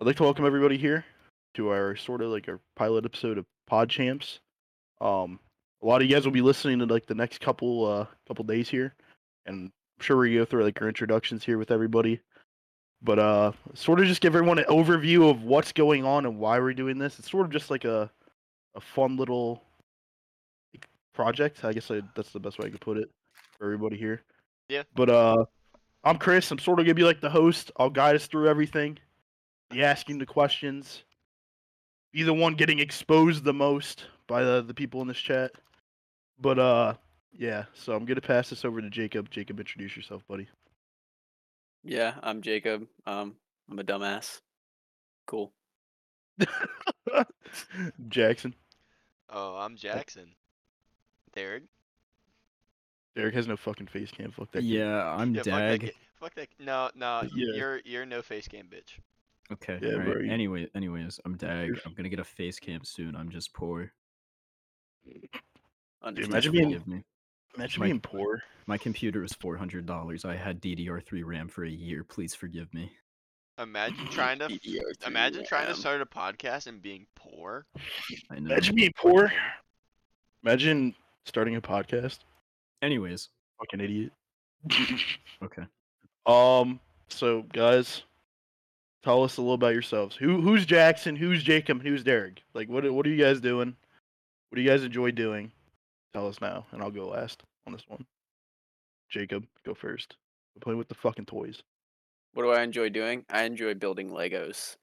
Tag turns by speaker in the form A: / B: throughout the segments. A: I'd like to welcome everybody here to our sort of like our pilot episode of Pod Champs. Um, a lot of you guys will be listening to like the next couple uh couple days here, and I'm sure we go through like our introductions here with everybody. But uh, sort of just give everyone an overview of what's going on and why we're doing this. It's sort of just like a a fun little like, project. I guess I, that's the best way I could put it for everybody here.
B: Yeah.
A: But uh, I'm Chris. I'm sort of gonna be like the host. I'll guide us through everything be asking the questions, be the one getting exposed the most by the, the people in this chat. But uh, yeah. So I'm gonna pass this over to Jacob. Jacob, introduce yourself, buddy.
C: Yeah, I'm Jacob. Um, I'm a dumbass. Cool.
A: Jackson.
B: Oh, I'm Jackson. Derek.
A: Derek has no fucking face cam. Fuck that.
D: Yeah, I'm
B: Yeah, fuck that.
D: Dag.
B: ki- Fuck that. No, no. y-
A: Yeah.
B: You're you're no face cam bitch.
D: Okay.
A: Yeah,
D: alright.
A: bro, you-
D: Anyway, anyways, I'm Dag. I'm gonna get a face cam soon. I'm just poor.
A: Dude,
C: Understand.
A: imagine
D: Please
A: being
D: forgive me.
A: imagine
D: Mike.
A: being poor.
D: My computer was four hundred dollars. I had DDR3 RAM for a year. Please forgive me.
B: Imagine trying to f-
C: DDR3
B: imagine trying to
C: RAM.
B: start a podcast and being poor.
D: I know.
A: Imagine being poor. Imagine starting a podcast.
D: Anyways,
A: Fucking idiot.
D: okay.
A: um. So guys, tell us a little about yourselves. Who who's Jackson? Who's Jacob? Who's Derek? Like what what are you guys doing? What do you guys enjoy doing? Tell us now, and I'll go last on this one. Jacob, go first. I'm playing with the fucking toys.
C: What do I enjoy doing? I enjoy building Legos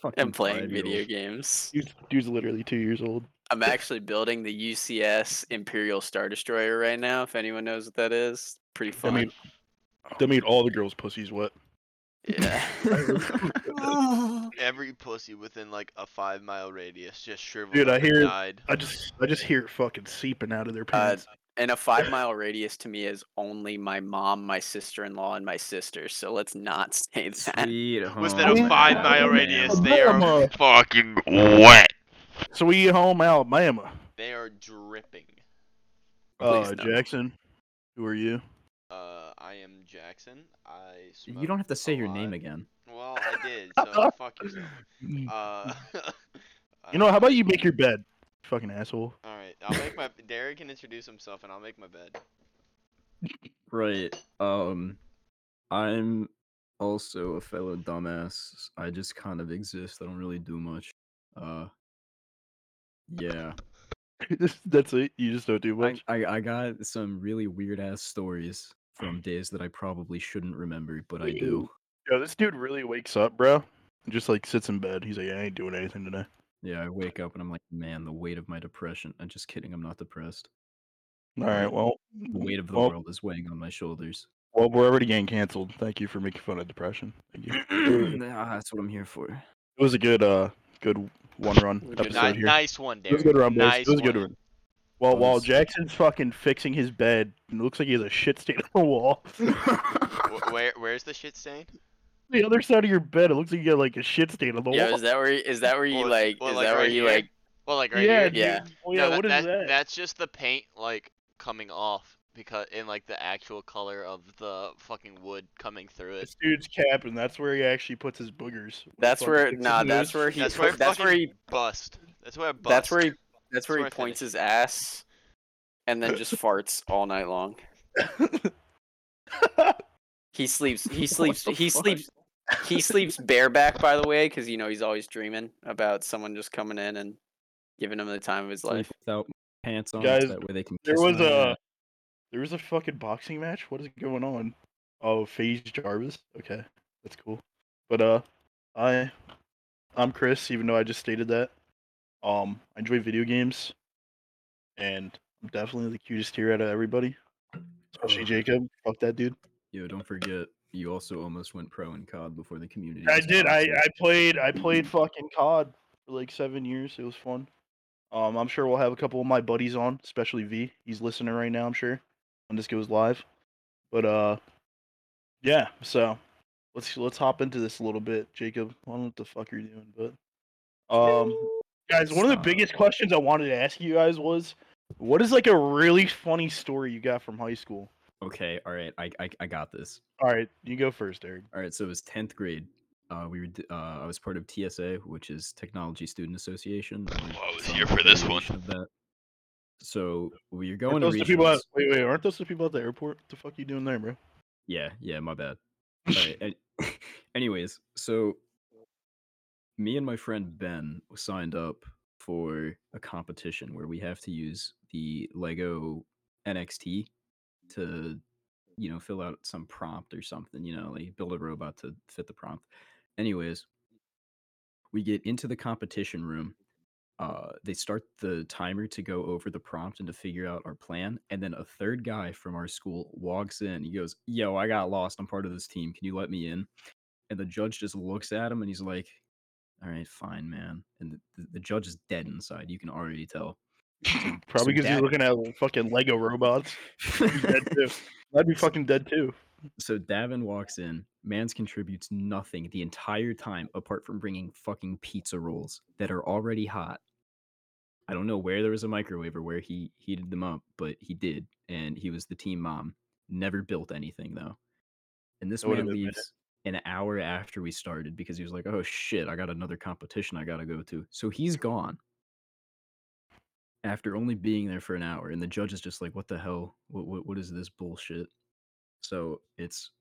D: Fucking
C: and playing video
D: five-year-old.
C: games.
A: Dude's, dude's literally two years old.
C: I'm actually building the UCS Imperial Star Destroyer right now. If anyone knows what that is, pretty
A: I
C: fun.
A: mean, that made all the girls' pussies wet.
C: yeah.
B: Every pussy within like a five mile radius just shriveled
A: Dude,
B: up
A: I
B: and
A: hear-
B: died.
A: I just I just hear it fucking seeping out of their pants.
C: and a five mile radius to me is only my mom, my sister in law, and my sister. So let's not say that.
D: Sweet
B: Within
D: home
B: a five mile
D: Alabama.
B: radius,
A: Oh,
B: they are
A: Alabama.
B: fucking wet.
A: Sweet home Alabama.
B: They are dripping.
C: Please
A: Uh,
C: no.
A: Jackson, who are you?
B: Uh, I am Jackson. I.
D: You don't have to
B: smoke
D: say
B: a
D: your
B: lot.
D: name again.
B: Well, I did. So fuck yourself. Uh.
A: You know, how about you make your bed, fucking asshole.
B: All right, I'll make my Derek can introduce himself, and I'll make my bed.
D: Right. Um, I'm also a fellow dumbass. I just kind of exist. I don't really do much. Uh, yeah.
A: That's it. You just don't do
D: I,
A: much.
D: I, I got some really weird ass stories from days that I probably shouldn't remember, but I do.
A: Yo, this dude really wakes up, bro, and just like sits in bed. He's like, I ain't doing anything today.
D: Yeah, I wake up and I'm like, man, the weight of my depression. I'm just kidding. I'm not depressed.
A: All right, well,
D: The weight of the
A: well,
D: world is weighing on my shoulders.
A: Well, we're already getting canceled. Thank you for making fun of depression. Thank you. it
D: Nah, that's what I'm here for.
A: was a good, uh, good one run
C: Good
A: episode
B: Ni-
A: here.
B: nice one,
A: it was
B: Derek.
A: a good run, boys.
B: nice
A: it was a good
B: one.
A: run. Well, while
D: Nice.
A: Jackson's fucking fixing his bed, it looks like he has a shit stain on the wall.
B: Wh- Where, where's the shit stain?
A: the other side of your bed, it looks like you got like a shit stain on the
C: Yeah,
A: wall.
C: is that where is that where you
B: Well,
C: like
B: well,
C: is
B: like
C: that where
B: right
C: you
B: here.
C: like
B: Well, like right
A: yeah,
B: here.
A: dude.
C: Yeah.
A: Oh, yeah,
B: no,
A: what is that?
B: That's just the paint, like coming off because in like the actual color of the fucking wood coming through it.
A: This dude's cap, and that's where he actually puts his boogers.
C: that's
A: Fucking
C: where
A: fixes
C: nah
A: those.
C: that's where he
B: That's
C: that's
B: where
C: where,
B: I
C: he
B: Bust. That's where I bust.
C: that's where he that's where
B: where
C: he
B: I
C: points his ass and then just farts all night long. He sleeps he sleeps
A: the
C: he
A: fuck?
C: sleeps he sleeps bareback by the way cuz you know he's always dreaming about someone just coming in and giving him the time of his
D: Sleep
C: life.
D: without pants on,
A: Guys,
D: so that way they can.
A: There
D: kiss
A: was
D: my
A: a
C: uh,
D: ass.
A: there was a fucking boxing match. What is going on? Oh, Phase Jarvis. Okay, that's cool. But uh, I I'm Chris. Even though I just stated that, um, I enjoy video games, and I'm definitely the cutest here out of everybody. Especially
D: Ugh.
A: Jacob. Fuck that dude.
D: Yo, don't forget, you also almost went pro in COD before the community.
A: I
D: was
A: did. I,
D: toxic.
A: I played I played fucking COD for like seven years. It was fun. Um, I'm sure we'll have a couple of my buddies on, especially V. He's listening right now. I'm sure when this goes live. But uh, yeah. So let's let's hop into this a little bit, Jacob. I don't know what the fuck you're doing, but um, guys, one of the
D: Stop.
A: biggest questions I wanted to ask you guys was, what is like a really funny story you got from high school?
D: Okay, all right, I, I I got this.
A: All right, you go first, Eric.
D: All right, so it was tenth grade. Uh, we were d- uh, I was part of TSA, which is Technology Student Association. and
E: Oh, I was
D: some
E: here for this one.
D: variation of that. So we are going
A: Aren't
D: to
A: those the people at,
D: regionals-
A: wait, wait, aren't those the people at the airport? What the fuck you doing there, bro?
D: Yeah, yeah, my bad. Alright, an- anyways, so me and my friend Ben signed up for a competition where we have to use the Lego NXT to, you know, fill out some prompt or something, you know, like build a robot to fit the prompt. Anyways, we get into the competition room. Uh, they start the timer to go over the prompt and to figure out our plan. And then a third guy from our school walks in. He goes, Yo, I got lost. I'm part of this team. Can you let me in? And the judge just looks at him and he's like, All right, fine, man. And the, the- the judge is dead inside. You can already tell. So-
A: Probably
D: so
A: because he's
D: that-
A: looking at fucking Lego robots. He's dead too. I'd be fucking dead too.
D: So Davin walks in. Mans contributes nothing the entire time apart from bringing fucking pizza rolls that are already hot. I don't know where there was a microwave or where he heated them up, but he did, and he was the team mom. Never built anything though. And this
A: I would've
D: man
A: admitted.
D: leaves an hour after we started because he was like, "Oh shit, I got another competition I gotta go to." So he's gone after only being there for an hour, and the judge is just like, "What the hell? What what, what is this bullshit?" So it's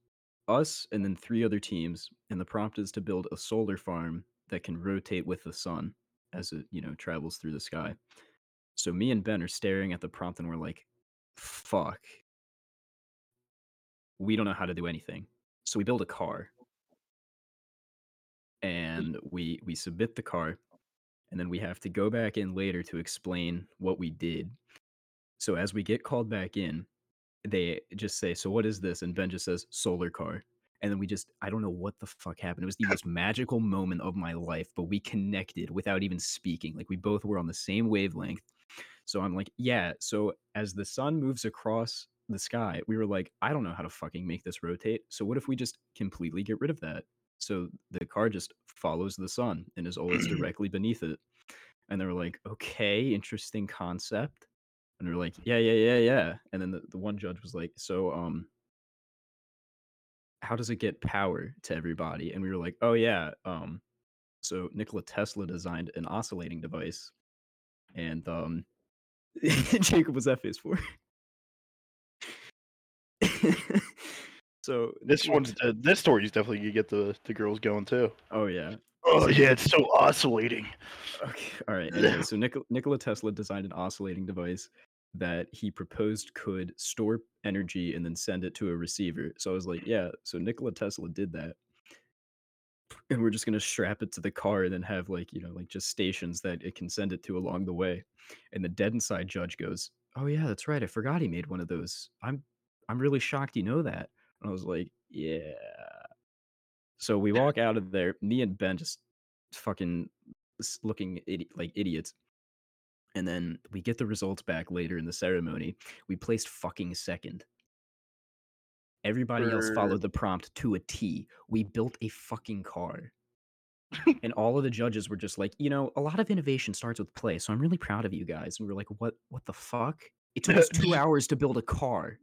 D: us and then three other teams, and the prompt is to build a solar farm that can rotate with the sun as it you know travels through the sky. So me and Ben are staring at the prompt, and we're like, "Fuck." We don't know how to do anything. So we build a car, and we we submit the car, and then we have to go back in later to explain what we did. So as we get called back in, they just say, "So what is this?" And Ben just says, "Solar car." And then we just, I don't know what the fuck happened. It was the most magical moment of my life, but we connected without even speaking. Like we both were on the same wavelength. So I'm like, yeah. So as the sun moves across the sky, we were like, I don't know how to fucking make this rotate. So what if we just completely get rid of that? So the car just follows the sun and is always directly beneath it. And they were like, okay, interesting concept. And we were like, yeah, yeah, yeah, yeah. And then the, the one judge was like, so um, how does it get power to everybody? And we were like, oh yeah, um, so Nikola Tesla designed an oscillating device, and um, Jacob was that face for. so
A: This
D: Nikola
A: one's dead. This story's definitely gonna get the, the girls going too.
D: Oh yeah.
A: Oh yeah, it's so oscillating.
D: Okay. All right. Anyway, so Nikola, Nikola Tesla designed an oscillating device that he proposed could store energy and then send it to a receiver. So I was like, yeah. So Nikola Tesla did that. And we're just gonna strap it to the car and then have like, you know, like just stations that it can send it to along the way. And the dead inside judge goes, Oh yeah, that's right. I forgot he made one of those. I'm I'm really shocked you know that. And I was like, Yeah. So we walk out of there, me and Ben just fucking s- looking idi- like idiots. And then we get the results back later in the ceremony. We placed fucking second. Everybody else followed the prompt to a T. We built a fucking car. and all of the judges were just like, you know, a lot of innovation starts with play, so I'm really proud of you guys. And we were like, what what the fuck? It took us two hours to build a car.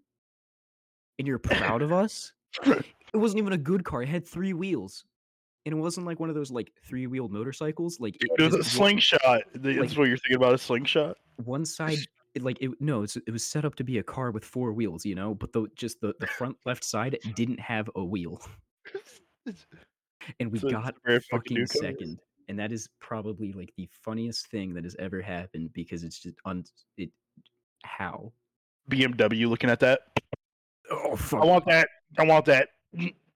D: And you're proud of us? It wasn't even a good car. It had three wheels. And it wasn't like one of those like three wheeled motorcycles. Like it,
A: It was a
D: just wa-
A: slingshot. Th- That's
D: like-
A: what you're thinking about a slingshot.
D: one side it, like it no it's, it was set up to be a car with four wheels you know but the just the, the front left side didn't have a wheel
A: It's-
D: and we
A: So it's
D: got
A: very fucking
D: fucking
A: new colours.
D: second and that is probably like the funniest thing that has ever happened because it's just un it how
A: BMW looking at that.
D: oh fuck
A: I want that. I want that.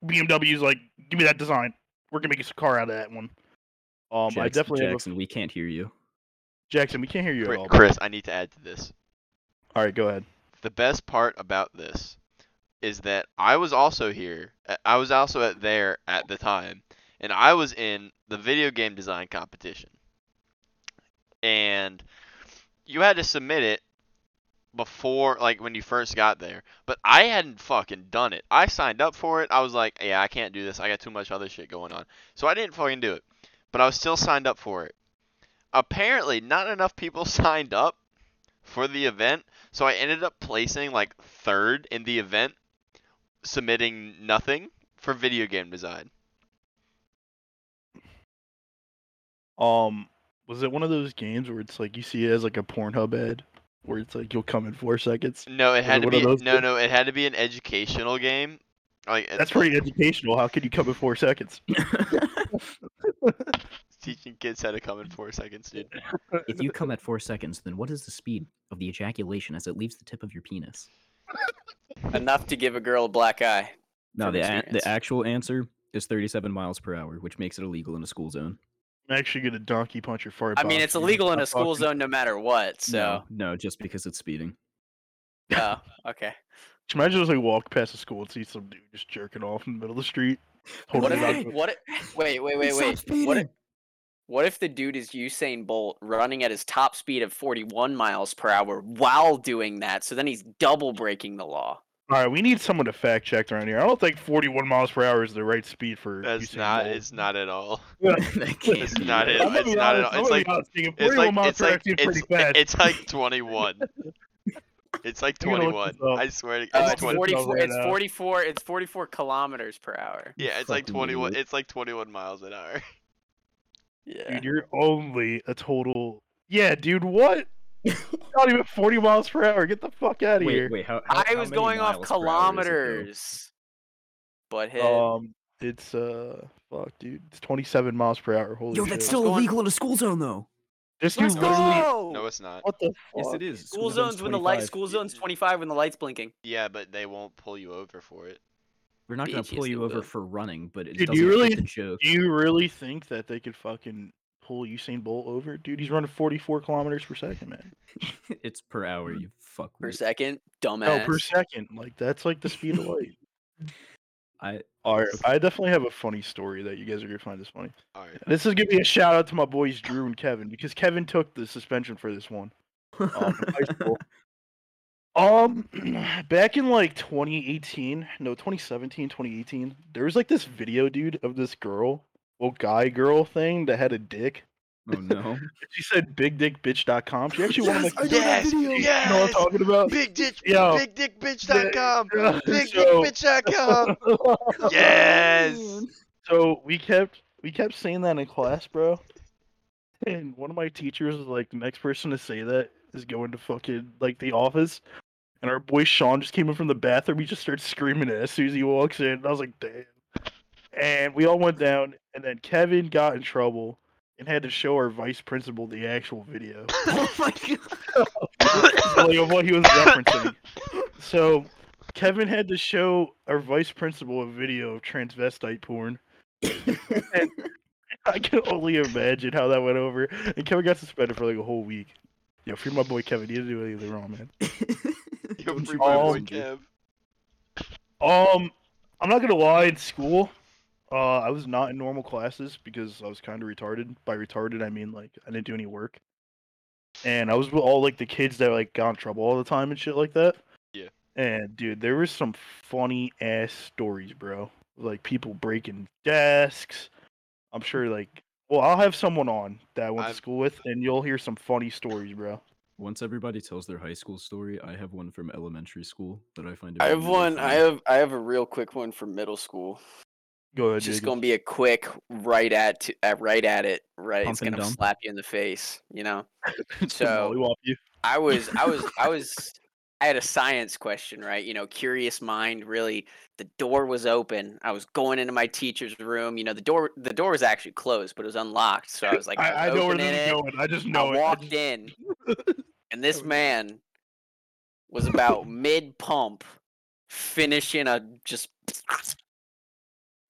A: BMW's like, give me that design. We're gonna make us a car out of that one. Um, I
D: Jackson,
A: definitely have a-
D: Jackson, we can't hear you
A: Jackson. We can't hear you
B: Chri-
A: at all.
B: Chris, I need to add to this.
A: All right, go ahead.
B: the best part about this is that I was also here. uh, I was also at there at the time, and I was in the video game design competition. And you had to submit it before, like when you first got there. But I hadn't fucking done it. I signed up for it. I was like, yeah, I can't do this. I got too much other shit going on. So I didn't fucking do it. But I was still signed up for it. Apparently, not enough people signed up for the event so I ended up placing like third in the event, submitting nothing for video game design.
A: Um, was it one of those games where it's like you see it as like a Pornhub ad, where it's like you'll come in four seconds?
B: No, it
A: it
B: had to
A: one of
B: be
A: those
B: no,
A: things?
B: no. It had to be an educational game. Like it's
A: That's pretty educational. How could you come in four seconds?
B: teaching kids how to come in four seconds, dude.
E: If you come at four seconds, then what is the speed of the ejaculation as it leaves the tip of your penis?
C: Enough to give a girl a black eye.
D: No,
C: from
D: the a-
C: experience.
D: the actual answer is 37 miles per hour, which makes it illegal in a school zone.
A: I'm actually gonna donkey punch your fart.
C: I mean,
A: box
C: it's
A: for you.
C: illegal in
A: I'm
C: a school
A: fucking-
C: zone no matter what. So,
D: no, no, just because it's speeding.
C: oh, okay.
A: Just Imagine just like walk past a school and see some dude just jerking off in the middle of the street.
C: What
A: holding
C: if?
A: it
C: the-
A: up.
C: What? If, wait, wait, wait, wait. What if, what if the dude is Usain Bolt running at his top speed of 41 miles per hour while doing that? So then he's double breaking the law.
A: All right, we need someone to fact check around here. I don't think 41 miles per hour is the right speed for.
B: That's
A: Usain
B: not.
A: Bolt.
B: It's not at all.
D: that can't
B: It's
D: be
B: not
D: right.
B: it.
A: I'm gonna
B: it's
A: be
B: not at
A: honest,
B: all-
A: I'm gonna
B: it's like-
A: be honest, Jacob,
B: It's
A: 41
B: like
A: miles
B: it's
A: per hour
B: like
A: seems
B: it's,
A: pretty fast.
B: it's like 21. It's like
A: I'm gonna look
B: 21.
A: this up.
B: I swear to
A: Oh,
B: it's
C: it's,
A: that's what
B: 20.
A: it
C: 40,
A: tells right
C: it's
A: now.
C: 44. It's 44 kilometers per hour.
B: Yeah, it's like
D: Fucking
B: 21.
D: idiot.
B: It's like 21 miles an hour.
C: Yeah.
A: Dude, you're only a total. Yeah, dude, what? not even 40 miles per hour. Get the fuck out of here.
D: Wait, wait, how, how-
C: I
D: how
C: was
D: many
C: going off
D: miles per hour is it, Oh, though?
C: kilometers. But hey,
A: Um, it's uh, fuck, dude, it's 27 miles per hour. Holy
E: Yo,
A: shit!
E: that's still
C: Going-
E: illegal in a school zone, though.
A: this dude
C: let's
A: literally. Oh.
C: go.
B: No, it's not.
A: What the fuck?
D: Yes, it is.
C: school zones when the light.
D: 25.
C: School zones 25 when the light's blinking.
B: Yeah, but they won't pull you over for it.
E: We're not gonna
C: Bitch, yes,
E: pull
C: they
E: you over
C: will.
E: for running, but it
A: Dude,
E: doesn't
A: do you
E: fit
A: really-
E: the joke.
A: Do you really think that they could fucking pull Usain Bolt over, dude? He's running 44 kilometers per second, man.
D: it's per hour. You fuck.
C: Per second, dumbass.
A: No, per second. Like that's like the speed of light.
D: I
A: All right, I definitely have a funny story that you guys are gonna find this funny.
B: All right.
A: This is gonna be a shout out to my boys Drew and Kevin because Kevin took the suspension for this one. Um, in high school. Um, back in like 2018, no, 2017, 2018, there was like this video, dude, of this girl, well, guy girl thing that had a dick.
D: oh no.
A: She said bigdickbitch.com. She actually
E: Yes,
A: won like,
E: I know that
B: Yes,
E: video.
A: you know what I'm
B: yes.
A: talking about?
B: Big ditch,
A: Yo.
B: big dick bitch.com.
A: Yeah,
B: Big dick
A: so-
B: bitch.com. Yes.
A: So we kept we kept saying that in class, bro. And one of my teachers was like, the next person to say that is going to fucking like the office. And our boy Sean just came in from the bathroom. He just starts screaming at us as soon as he walks in. And I was like, damn. And we all went down. And then Kevin got in trouble and had to show our vice principal the actual video
E: oh my god.
A: like, of what he was referencing. So Kevin had to show our vice principal a video of transvestite porn. and I can only imagine how that went over. And Kevin got suspended for like a whole week. Yo, free my boy Kevin. He didn't do anything wrong, man.
B: Yo,
D: Don't
B: free
D: you
B: my boy
D: fucking do-
B: Kev.
A: Um, I'm not gonna lie. In school, uh, I was not in normal classes because I was kind of retarded. By retarded, I mean like I didn't do any work, and I was with all like the kids that like got in trouble all the time and shit like that.
B: Yeah.
A: And dude, there was some funny ass stories, bro. Like people breaking desks. I'm sure
C: Mm.
A: like. Well, I'll have someone on that I went
B: I've-
A: to school with, and you'll hear some funny stories, bro.
D: Once everybody tells their high school story, I have one from elementary school that I find. to
C: I
D: be
C: have
D: really
C: one. I
D: funny.
C: have I have a real quick one for middle school.
A: Go ahead.
C: It's just
A: Jacob.
C: gonna be a quick right at to, at right at it. Right,
D: Pump
C: it's
D: and
C: gonna
D: dump.
C: slap you in the face. You know,
A: It's gonna
C: so-
A: mollywop you.
C: I was I was I was I had a science question. Right, you know, curious mind. Really, the door was open. I was going into my teacher's room. You know, the door the door was actually closed, but it was unlocked. So I was like,
A: I, I
C: was
A: know where
C: opening
A: this is
C: it.
A: going. I Oh, just know
C: I
A: it.
C: walked
A: just-
C: in, and this man was about mid pump, finishing a just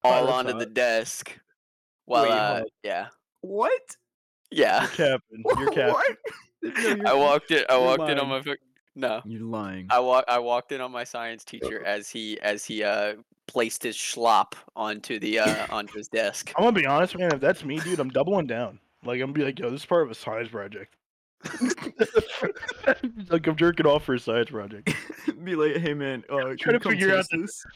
C: all
A: that's
C: onto the
A: hot.
C: desk. While
A: Wait, hold
C: uh,
A: up.
C: yeah,
D: What?
C: yeah,
A: Captain, you're captain.
C: I walked in. I
D: you're
C: walked in
D: lying.
C: on my fuck- no.
D: You're lying.
C: I walk. I walked in on my science teacher
A: Uh-huh.
C: as he as he uh placed his schlop onto the uh onto his desk.
A: I'm gonna be honest, man. If that's me, dude, I'm doubling down. Like I'm gonna be like, yo, this is part of a science project. like I'm jerking off for a science project.
D: be like, hey man, uh,
A: trying
D: can you
A: to
D: come
A: figure out
D: test this?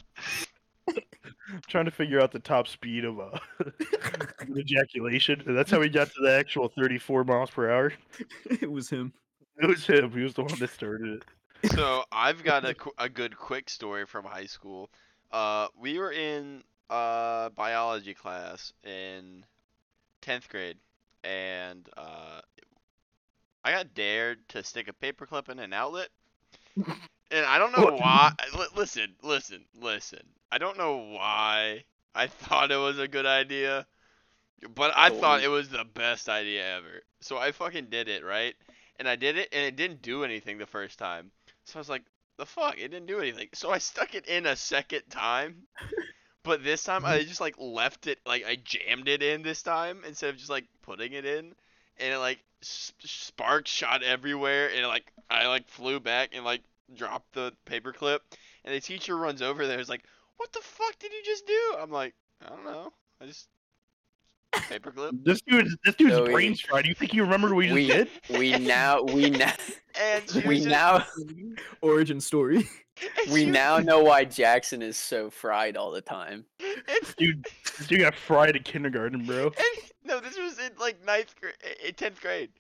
A: I'm trying to figure out the top speed of uh, an ejaculation. And that's how we got to the actual 34 miles per hour.
D: it was him.
A: It was him. He was the one that started it.
B: So I've got a, qu- a good quick story from high school. Uh, we were in uh biology class in tenth grade, and uh, I got dared to stick a paperclip in an outlet. And I don't know
A: What?
B: why. li- listen, listen, listen. I don't know why I thought it was a good idea, but I thought
C: Totally.
B: it was the best idea ever. So I fucking did it, right? And I did it, and it didn't do anything the first time. So I was like, the fuck? It didn't do anything. So I stuck it in a second time, but this time
C: Mm-hmm.
B: I just like left it, like I jammed it in this time instead of just like putting it in and it like sp- sparks shot everywhere and like i like flew back and like dropped the paperclip and the teacher runs over there is like what the fuck did you just do i'm like i don't know i just paperclip
A: This dude, this dude's
C: So we-
A: brain's fried. Do you think he remembered what he just
C: Oh, we-
A: did?
C: We now we now
B: and she
C: we
B: was just-
C: now
D: Origin story.
B: and
C: we
B: she-
C: now know why Jackson is so fried all the time.
B: and-
A: Dude, this dude got fried at kindergarten, bro.
B: and- no this was in like ninth grade in 10th grade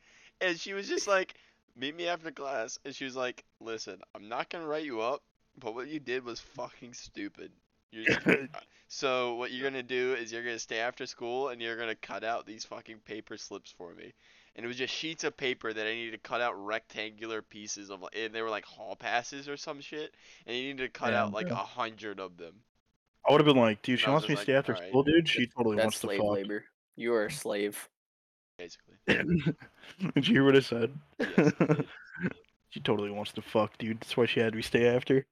B: and she was just like meet me after class and she was like listen i'm not gonna write you up but what you did was fucking stupid you're just So what you're gonna do is you're gonna stay after school and you're gonna cut out these fucking paper slips for me. And it was just sheets of paper that I needed to cut out rectangular pieces of, like, and they were like hall passes or some shit. And you needed to cut
D: Yeah,
B: out like a
D: bro.
B: hundred of them.
A: I would have been like, dude, she
B: I
A: wants
B: was
A: me to
B: just
A: stay
B: like,
A: after
B: alright.
A: school, dude. She totally
C: That's
A: wants
C: slave
A: to
C: labor. You are a slave.
B: Basically.
A: fuck. Did you hear what I said?
B: Yes, it-
A: she totally wants to fuck, dude. That's why she had me stay after.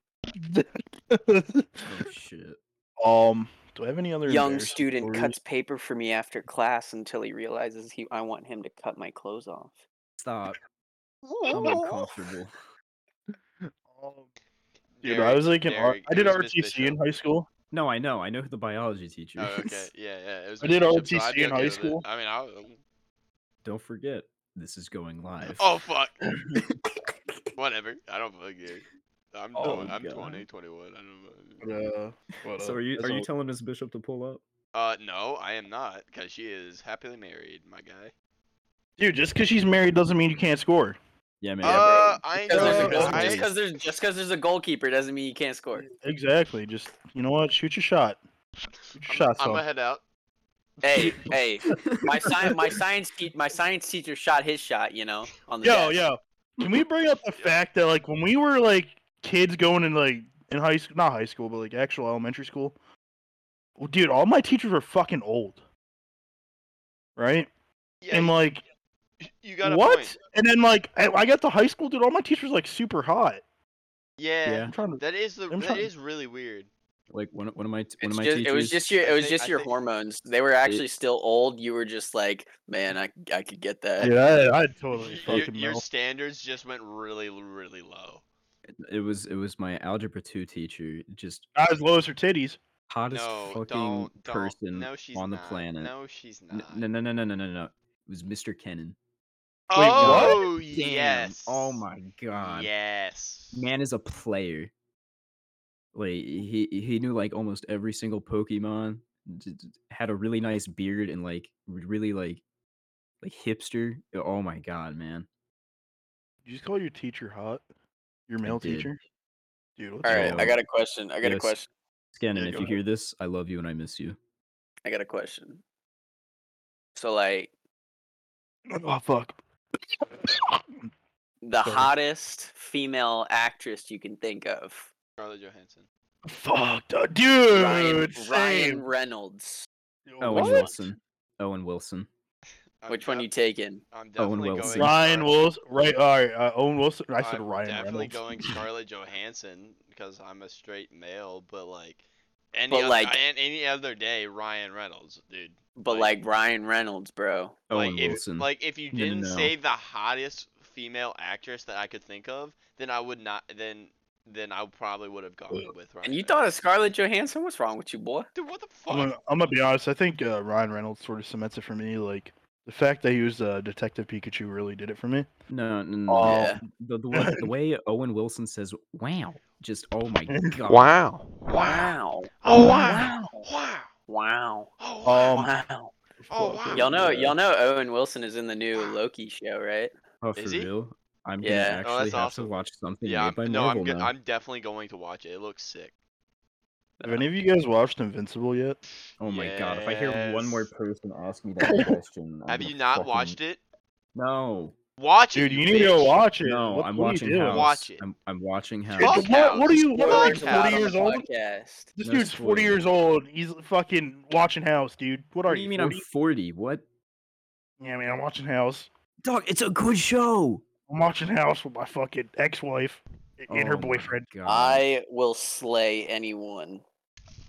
D: Oh shit.
A: um, do I have any other
C: Young
A: embarrassing
C: student
A: stories?
C: cuts paper for me after class until he realizes he I want him to cut my clothes off.
D: Stop. I'm uncomfortable.
A: Um, Dude, I
B: Derek-
A: was like, an R-
B: Derek,
A: I
B: it
A: did
B: was Miss
A: ROTC in
B: Bishop.
A: high school.
D: No, I know. I know who the biology teacher
B: Oh,
D: is.
B: okay, yeah, yeah. It was
A: I
B: Miss
A: did
B: Bishop, so
A: ROTC
B: I'd be
A: in high
B: okay with it.
A: school.
B: I mean, I.
D: Don't forget, this is going live.
B: Oh fuck. Whatever. I don't fucking care. I'm
D: Oh,
B: twen- I'm
D: God.
B: 20, 21. I don't know.
A: But, uh, but, uh,
D: So are you
A: that's
D: are you
A: all-
D: telling this bishop to pull up?
B: Uh, no, I am not, because she is happily married, my guy.
A: dude? Just because she's married doesn't mean you can't score.
D: Yeah, man.
C: bro.
B: Uh, I ain't
C: Just
A: No,
B: gonna
A: no,
C: because
A: no,
B: lie.
A: I-
C: there's, just because there's a goalkeeper doesn't mean you can't score.
A: Exactly. Just you know what? Shoot your shot. Shoot your shot.
B: I'm gonna
A: son.
B: head out.
C: Hey, hey, my science my science te- my science teacher shot his shot. You know, on the
A: Yo,
C: desk.
A: yo. Can we bring up the
B: Yeah.
A: fact that like when we were like kids going in like in high school, not high school, but like actual elementary school, well, dude, all my teachers were fucking old, right?
B: Yeah,
A: and
B: you-
A: like
B: you got a
A: what?
B: point.
A: And then like I, I got to high school, dude. All my teachers like super hot.
B: Yeah,
D: Yeah.
A: I'm trying to.
B: that is the
A: I'm
B: that
A: trying-
B: is really weird.
D: Like one of- one of my t- one
C: It's
D: of my
C: just,
D: teachers.
C: it was just your it
B: I
C: was
B: think-
C: just
B: I
C: your
B: think-
C: hormones. They were actually still old. You were just like, man, I I could get that.
A: Dude, I, I
B: Y-
A: totally
B: your,
A: fucking
B: your
A: know.
B: standards just went really really low.
D: it was it was my algebra two teacher, just
A: Not as low as her titties.
D: hottest
B: No,
D: fucking
B: don't, don't.
D: person
B: no, she's
D: on the
B: not.
D: planet.
B: No, she's
D: N-
B: not.
D: No, no, no, no, no, no, no. It was Mr. Kennan.
A: what?
B: oh
D: Damn.
B: yes.
D: Oh my god.
B: Yes.
D: Man is a player. Like he he knew like almost every single Pokemon. d- d- Had a really nice beard and like re- really like like hipster. Oh my god, man.
A: Did you just call your teacher hot? Your
D: I
A: male
D: did.
A: teacher? Dude, what's
C: All right,
A: wrong?
C: I got a question. I got a
D: Yes.
C: question.
D: Scannon,
A: Yeah,
D: if
A: go
D: you
A: ahead.
D: hear this, I love you and I miss you.
C: I got a question. So like
A: Oh fuck.
C: the
A: Sorry.
C: hottest female actress you can think of,
B: Scarlett Johansson.
A: Fuck, du- dude.
C: Ryan,
A: same.
C: Ryan Reynolds.
B: Oh,
D: Owen
A: What?
D: Oh, Wilson. Owen Wilson.
B: I'm
C: Which one
B: def-
C: you taking?
B: I'm
D: Owen
B: definitely
D: Wilson.
B: going.
A: Ryan
B: Scar-
A: Wilson. Right. All right. Uh, Owen Wilson. I said
B: I'm
A: Ryan
B: definitely
A: Reynolds.
B: going Scarlett Johansson because I'm a straight male, but like any
C: But,
B: oth-
C: like-
B: an- any other day, Ryan Reynolds, dude.
C: But
B: Like-
C: like Ryan Reynolds, bro.
D: Owen
B: like if
D: Wilson.
B: like if you
D: No, no,
B: didn't
D: no.
B: say the hottest female actress that I could think of, then I would not. Then then I probably would have gone with Ryan.
C: And you
B: Reynolds.
C: thought of Scarlett Johansson? What's wrong with you, boy?
B: dude, what the fuck?
A: I'm gonna, I'm gonna be honest. I think uh, Ryan Reynolds sort of cements it for me. Like the fact that he was uh, Detective Pikachu really did it for me.
D: no, no, no.
A: Oh.
C: Yeah.
D: The, the, way, the way Owen Wilson says, wow, just oh my god.
B: Wow!
C: Wow.
B: Oh
C: wow.
B: Wow!
C: Wow.
B: Oh
A: wow. Um,
C: Wow.
B: Oh,
A: Fucking,
C: Y'all know
A: uh,
C: y'all know Owen Wilson is in the new Loki show, right?
D: Oh, for
B: Is he?
D: real? I'm
C: Yeah.
D: gonna
C: Oh,
D: actually
B: that's
D: have
B: awesome.
D: to watch something
B: yeah,
D: made by
B: I'm, no, I'm
D: Marvel
B: good.
D: now.
B: I'm definitely going to watch it. It looks sick.
A: Have any of you guys watched Invincible yet?
D: Oh my god! If I hear one more
B: Yes.
D: person ask me that question, I'm
B: Have
D: gonna
B: you not
D: fucking-
B: watched it?
D: No,
B: Watch it.
A: Dude, you need to go
B: bitch.
A: watch it.
D: no,
A: What-
D: I'm
A: what are you
D: watching
A: doing?
D: House.
B: Watch it.
D: I'm, I'm watching House.
A: Dude,
B: Fuck
A: what, what,
B: House.
A: are you? What,
B: Fuck
A: like
B: House.
A: 40 years old?
C: Podcast.
A: This
D: No
A: dude's 40
D: spoilers.
A: years old. He's fucking watching House, dude. What are
D: What do you mean I'm
A: 40?
D: 40? What?
A: Yeah, man, I'm watching House.
E: Dog, it's a good show.
A: I'm watching House with my fucking ex-wife and her
D: Oh my
A: boyfriend
D: God.
C: I will slay anyone
A: who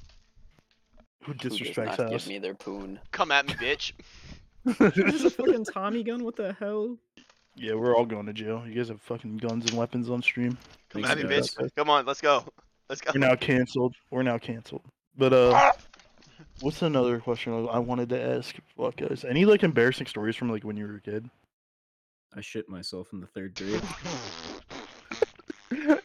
C: who does
A: disrespects
C: not
A: House.
C: give me their poon.
B: Come at me, bitch.
D: There's a fucking Tommy gun. What the hell?
A: yeah, we're all going to jail. You guys have fucking guns and weapons on stream.
B: Come
D: Thanks,
B: at me,
D: guys.
B: bitch. Come on, let's go. Let's go.
A: We're now canceled. We're now canceled. But uh, what's another question I- I wanted to ask? Fuck guys, any like embarrassing stories from like when you were a kid?
D: I shit myself in the third grade.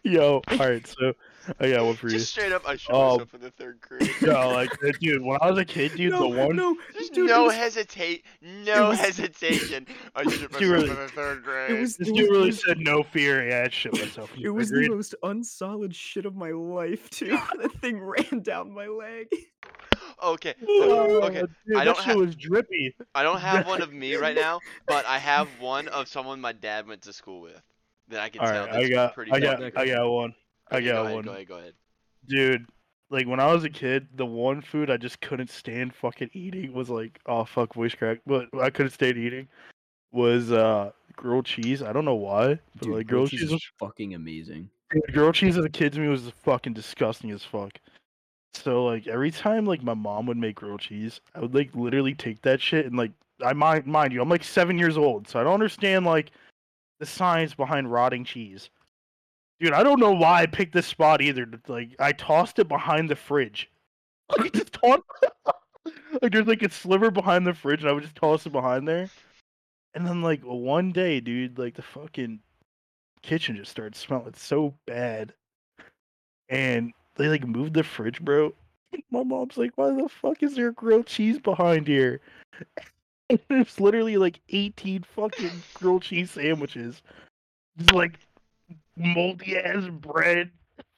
A: Yo, all right, so I got one for you.
B: Just straight up, I shot
A: Oh.
B: myself in the third grade.
A: No, like uh, dude, when I was a kid, dude, the one
D: no,
B: Just
D: dude,
B: no
D: it was,
B: hesitate, no
D: was-
B: hesitation. I shit myself
A: You really-
B: in the third grade.
D: it was,
A: this
D: it
A: dude
D: was-
A: really
D: it was-
A: said no fear. Yeah, I shit myself. in
D: It was
A: third
D: the most unsolid shit of my life, too. that thing ran down my leg.
B: Okay,
A: grade.
B: so- okay.
A: dude, that
B: I don't
A: shit
B: have-
A: was drippy.
B: I don't have one of me right now, but I have one of someone my dad went to school with that I can
A: All
B: tell.
A: right,
B: That's
A: I got,
B: pretty
A: I
B: dark.
A: got, I got one, I
B: Okay,
A: got
B: go ahead,
A: one.
B: Go ahead, go ahead.
A: dude. Like when I was a kid, the one food I just couldn't stand fucking eating was like, oh fuck, voice crack. But I couldn't stand eating was uh grilled cheese. I don't know why, but
D: Dude,
A: like
D: grilled cheese
A: cheese,
D: is fucking amazing.
A: Dude, grilled cheese as a kid to me was fucking disgusting as fuck. So like every time like my mom would make grilled cheese, I would like literally take that shit and like I mind mind you, I'm like seven years old, so I don't understand like the science behind rotting cheese. Dude, I don't know why I picked this spot either. but, Like I tossed it behind the fridge. I just tossed like there's like a sliver behind the fridge and I would just toss it behind there. And then like one day, dude, like the fucking kitchen just started smelling so bad. And they like moved the fridge, bro. My mom's like, why the fuck is there grilled cheese behind here? And there's literally like 18 fucking grilled cheese sandwiches. Just like moldy ass bread,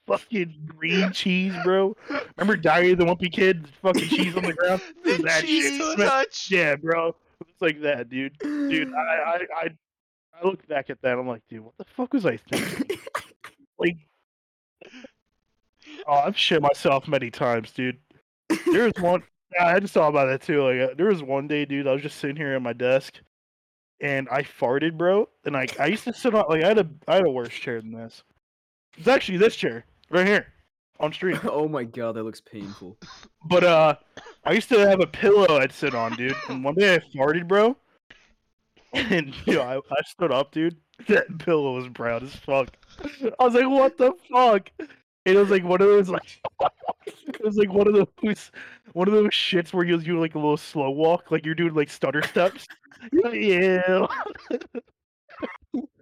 A: fucking green cheese, bro. Remember Diary of the Wimpy Kid? Fucking cheese on the ground?
B: The
A: That shit
B: cheese
A: smelled-
B: touch.
A: Yeah, bro. It's like that, dude. Dude, I, I, I, I look back at that. I'm like, dude, what the fuck was I thinking? like, oh, I've shit myself many times, dude. There was one. yeah, I just thought about that too. Like, uh, there was one day, dude. I was just sitting here at my desk, and I farted, bro. And like, I used to sit on like I had a I had a worse chair than this. It's actually this chair right here on street.
D: oh my god, that looks painful.
A: But uh, I used to have a pillow I'd sit on, dude. And one day I farted, bro. And you know, I, I stood up, dude. That pillow was brown as fuck. I was like, what the fuck? And it was like one of those like it was like one of those one of those shits where you do like a little slow walk, like you're doing like stutter steps. You're like, yeah.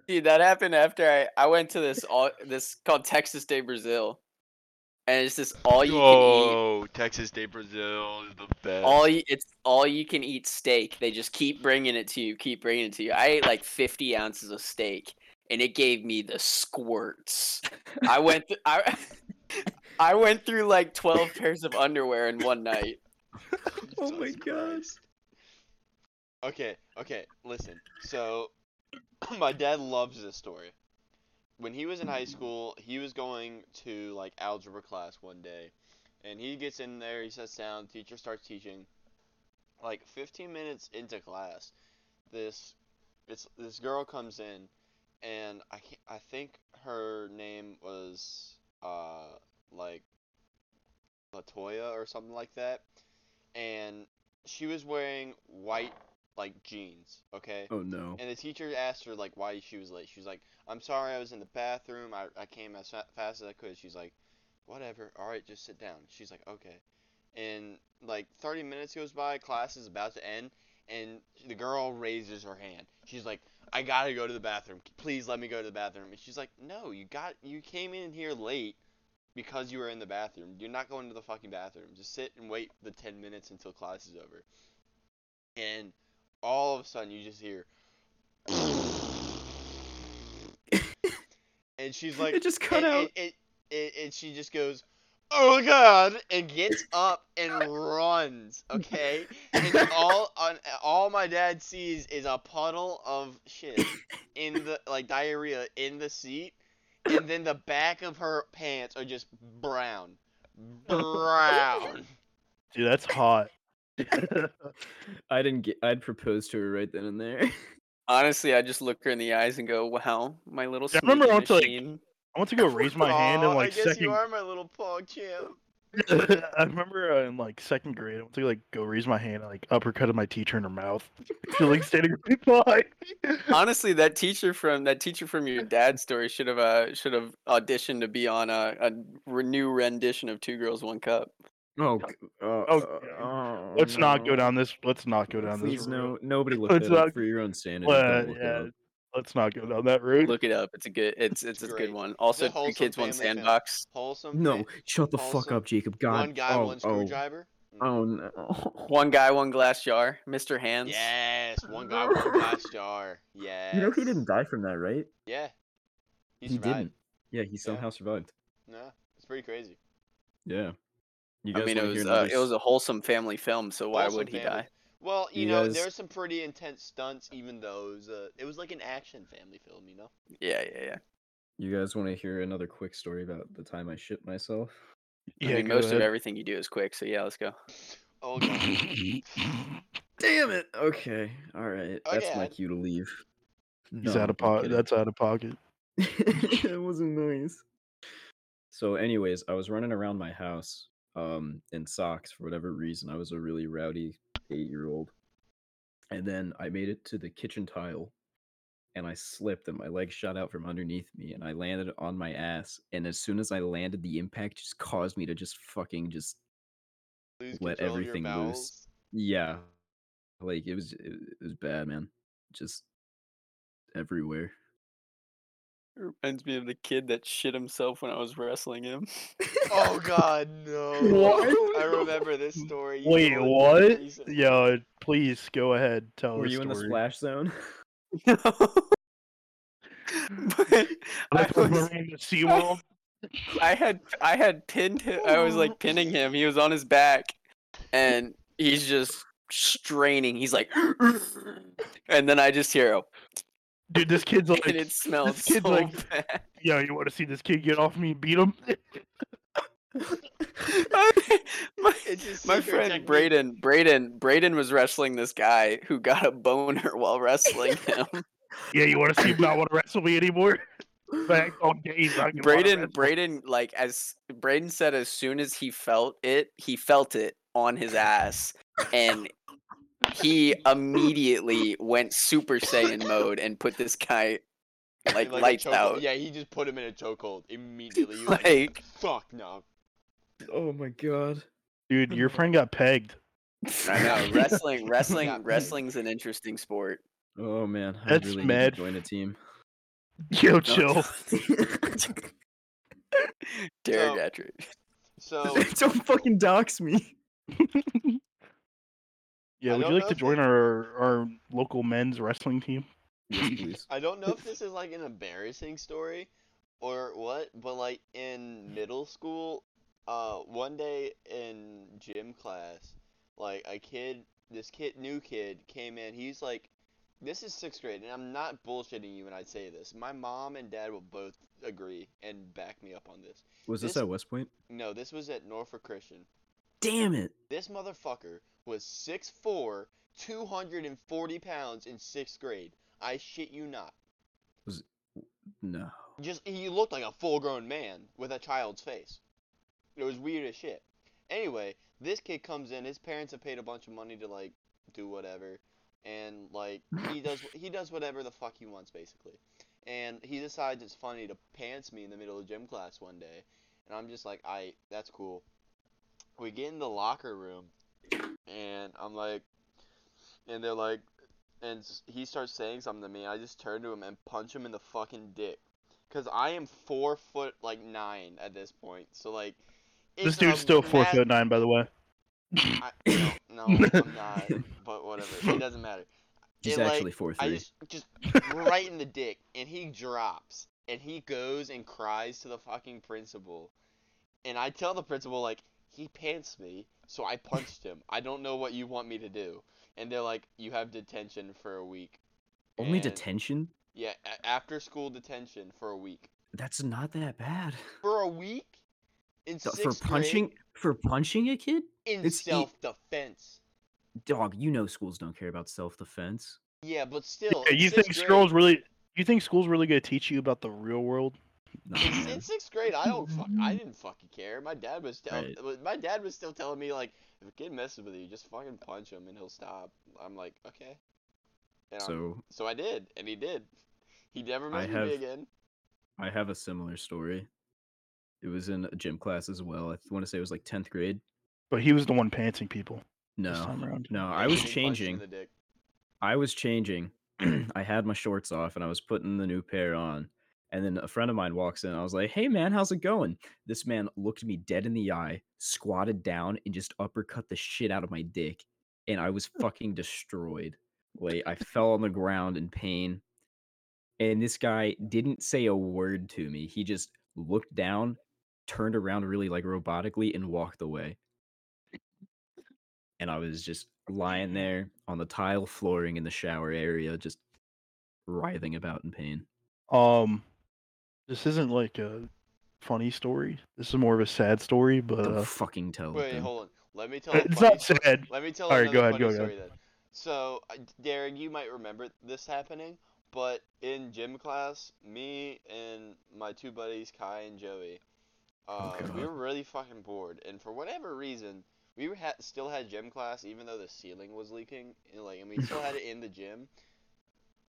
C: Dude, that happened after I, I went to this all this called Texas Day Brazil, and it's this all you can eat
B: Oh, Texas Day Brazil is the best.
C: all you, it's all you can eat steak. They just keep bringing it to you, keep bringing it to you. I ate like 50 ounces of steak, and it gave me the squirts. I went th- I I went through like 12 pairs of underwear in one night.
D: Oh my
B: Jesus
D: God.
B: Christ. Okay, okay, listen. So, my dad loves this story. When he was in high school, he was going to like algebra class one day, and he gets in there, he sits down, teacher starts teaching. Like 15 minutes into class, this this this girl comes in, and I can't, I think her name was uh like Latoya or something like that and she was wearing white like jeans, okay?
D: Oh no.
B: And the teacher asked her like why she was late. She was like, "I'm sorry, I was in the bathroom. I, I came as fa- fast as I could." She's like, "Whatever. All right, just sit down." She's like, "Okay." And like 30 minutes goes by, class is about to end, and the girl raises her hand. She's like, "I got to go to the bathroom. Please let me go to the bathroom." And she's like, "No, you got you came in here late because you were in the bathroom. You're not going to the fucking bathroom. Just sit and wait the 10 minutes until class is over." And all of a sudden you just hear and she's like
D: it just cut
B: and,
D: out.
B: and, and, and- and she just goes oh god, and gets up and runs. Okay, and all on, all my dad sees is a puddle of shit in the like diarrhea in the seat, and then the back of her pants are just brown, brown.
A: Dude, that's hot.
D: I didn't get. I'd propose to her right then and there.
C: Honestly, I just look her in the eyes and go, "Wow, my little."
A: Yeah, I remember
C: sneaky
A: once, like,
C: machine."
A: I want to go raise my hand
B: Aw,
A: and like
B: I guess
A: second
B: you are my little pog champ.
A: I remember uh, in like second grade, I went to like go raise my hand and like uppercutted my teacher in her mouth. She like standing right behind. me.
C: Honestly, that teacher from that teacher from your dad's story should have uh, should have auditioned to be on a, a re- new rendition of Two Girls One Cup.
D: Oh, g- uh,
A: Oh,
D: uh, oh,
A: Let's not go
D: no.
A: down this. Let's not go down
D: Please,
A: this.
D: no,
A: road.
D: nobody look
A: Let's
D: that up
A: not-
D: for your own sanity.
A: Well,
D: Don't look it
A: yeah,
D: up.
A: let's not go down that road.
C: Look it up; it's a good, it's
B: It's
C: it's, a
B: great.
C: good one. Also,
B: It's a
C: Two Kids
B: wholesome
C: One
B: family film.
C: Sandbox.
B: Wholesome.
D: No,
B: fa-
E: Shut the fuck
B: Also,
E: up, Jacob. God.
B: one guy,
D: oh,
B: one
D: oh,
B: screwdriver. Mm.
D: Oh no.
C: One guy, one glass jar. Mr. Hands.
B: Yes, one guy, one glass jar. Yes.
D: You know he didn't die from that, right?
B: Yeah. He,
E: he
B: survived.
E: didn't.
D: Yeah, he somehow survived.
B: No, it's pretty crazy.
D: Yeah. You
C: I mean, it
D: wanna hear
C: was uh,
D: another
C: it was
D: s-
C: a wholesome family film, so why
B: Wholesome
C: would he
B: family.
C: die?
B: Well, you
D: You
B: know,
D: guys-
B: there were some pretty intense stunts, even though it was, uh, it was like an action family film, you know?
C: Yeah, yeah, yeah.
D: You guys want to hear another quick story about the time I shit myself?
C: I mean,
A: go
C: most of
A: ahead.
C: everything you do is quick, so yeah, let's go.
B: Oh, God.
D: Damn it. Okay. All right.
B: Oh,
D: That's
B: yeah.
D: my cue to leave.
A: He's
D: No,
A: out
D: I'm
A: of pocket.
D: kidding.
A: That's out of pocket.
D: it wasn't nice. So, anyways, I was running around my house um, in socks for whatever reason. I was a really rowdy eight year old. And then I made it to the kitchen tile and I slipped and my leg shot out from underneath me and I landed on my ass. And as soon as I landed, the impact just caused me to just fucking just,
B: Lose
D: Let
B: control of
D: everything
B: your
D: loose.
B: bowels.
D: yeah. Like it was, it, it was bad, man. Just everywhere.
C: Reminds me of the kid that shit himself when I was wrestling him.
B: Oh, God, no.
A: What?
B: I remember this story. you
A: Wait,
B: told me
A: what?
B: recently.
A: Yo, please go ahead. Tell
D: Were
A: the
D: you in the
A: story.
D: splash zone?
C: No. but I
A: That's the
C: was,
A: Marine SeaWorld.
C: I had I had pinned him. I was like pinning him. He was on his back, and he's just straining. He's like, and then I just hear, oh,
A: Dude, this kid's
C: and
A: like,
C: it smelled
A: this kid's
C: so
A: like-
C: bad.
A: yo, you want to see this kid get off me and beat him?
C: I- my
B: It's his
C: my
B: secret
C: friend
B: technique.
C: Braden, Braden, Braden was wrestling this guy who got a boner while wrestling him.
A: yeah, you want to see him not want to wrestle me anymore? Back on days, I can wanna
C: Braden,
A: wrestle.
C: Braden, like as Braden said, as soon as he felt it, he felt it on his ass, and he immediately went Super Saiyan mode and put this guy
B: Like
C: like,
B: a
C: lights
B: chokehold-
C: out.
B: Yeah, he just put him in a chokehold immediately. He was like,
C: Like-
B: fuck no.
D: Oh my god.
A: Dude, your friend got pegged.
C: I know wrestling,
B: Yeah.
C: wrestling, wrestling's an interesting sport.
D: Oh man, I
A: That's
D: really
A: mad.
D: need to join a team.
A: Yo,
C: No,
A: chill.
C: Derek
B: So-
C: Patrick.
B: So,
D: Don't fucking dox me.
A: Yeah,
B: I
A: would you
B: don't
A: like
B: know
A: to
B: if
A: join our our local men's wrestling team?
D: Yes, please.
B: I don't know if this is like an embarrassing story or what, but like in middle school, uh, one day in gym class, like a kid, this kid, new kid, came in. He's like, this is sixth grade, and I'm not bullshitting you when I say this. My mom and dad will both agree and back me up on this.
D: Was this
B: This-
D: at West Point?
B: No, this was at Norfolk Christian.
D: Damn it.
B: This motherfucker was 6'4, 240 pounds in sixth grade. I shit you not.
D: No.
B: just he looked like a full grown man with a child's face. It was weird as shit. Anyway, this kid comes in, his parents have paid a bunch of money to like do whatever and like he does he does whatever the fuck he wants basically. And he decides it's funny to pants me in the middle of gym class one day and I'm just like, I that's cool. We get in the locker room and I'm like and they're like and s- he starts saying something to me. I just turn to him and punch him in the fucking dick. Cause I am four foot like nine at this point, so like
A: This
B: it's
A: dude's
B: a
A: still four
B: mass-
A: foot nine, by the way.
B: I, no, no, I'm not. But whatever, it doesn't matter.
D: He's
B: It, like,
D: actually four
B: I
D: three.
B: just just right in the dick, and he drops, and he goes and cries to the fucking principal, and I tell the principal like he pants me, so I punched him. I don't know what you want me to do. And they're like, you have detention for a week.
E: Only
B: And-
E: detention?
B: Yeah, a- after school detention for a week.
E: That's not that bad.
B: For a week? In
E: Th-
B: sixth
E: for
B: grade,
E: punching for punching a kid?
B: in
E: it's e-
B: self defense.
E: Dog, you know schools don't care about self-defense.
B: Yeah, but still.
A: Yeah,
B: in
A: you
B: sixth
A: think
B: grade-
A: schools really? You think schools really gonna teach you about the real world?
E: Nah,
B: In,
E: man.
B: in sixth grade, I don't fuck. I didn't fucking care. My dad was tell-
E: Right.
B: was- My dad was still telling me like, if a kid messes with you, just fucking punch him and he'll stop. I'm like, okay. And I'm-
D: So
B: so I did, and he did. He never
D: I
B: messed with
D: have-
B: me again.
D: I have a similar story. It was in a gym class as well. I want to say it was like 10th grade.
A: But he was the one pantsing people this
D: No,
A: time around.
D: no,
B: And
D: uh, I
B: he
D: was
B: punched me in
D: changing.
B: the dick.
D: I was changing. I had my shorts off and I was putting the new pair on. And then a friend of mine walks in. I was like, hey, man, how's it going? This man looked me dead in the eye, squatted down, and just uppercut the shit out of my dick. And I was fucking destroyed. Like, I fell on the ground in pain. And this guy didn't say a word to me. He just looked down, turned around really like robotically, and walked away and I was just lying there on the tile flooring in the shower area, just writhing about in pain.
A: Um, this isn't like a funny story. This is more of a sad story, but
D: Don't
A: uh,
D: fucking tell.
B: Wait,
D: them.
B: hold on. Let me tell. a
A: it's
B: funny
A: not
B: story.
A: sad.
B: Let me tell.
A: All right,
B: another
A: go ahead,
B: funny
A: go ahead.
B: story then. So, uh, Darren, you might remember this happening, but in gym class, me and my two buddies, Kai and Joey, uh, we
D: God.
B: were really fucking bored, and for whatever reason, we were ha- still had gym class, even though the ceiling was leaking, and like, and we still had it in the gym.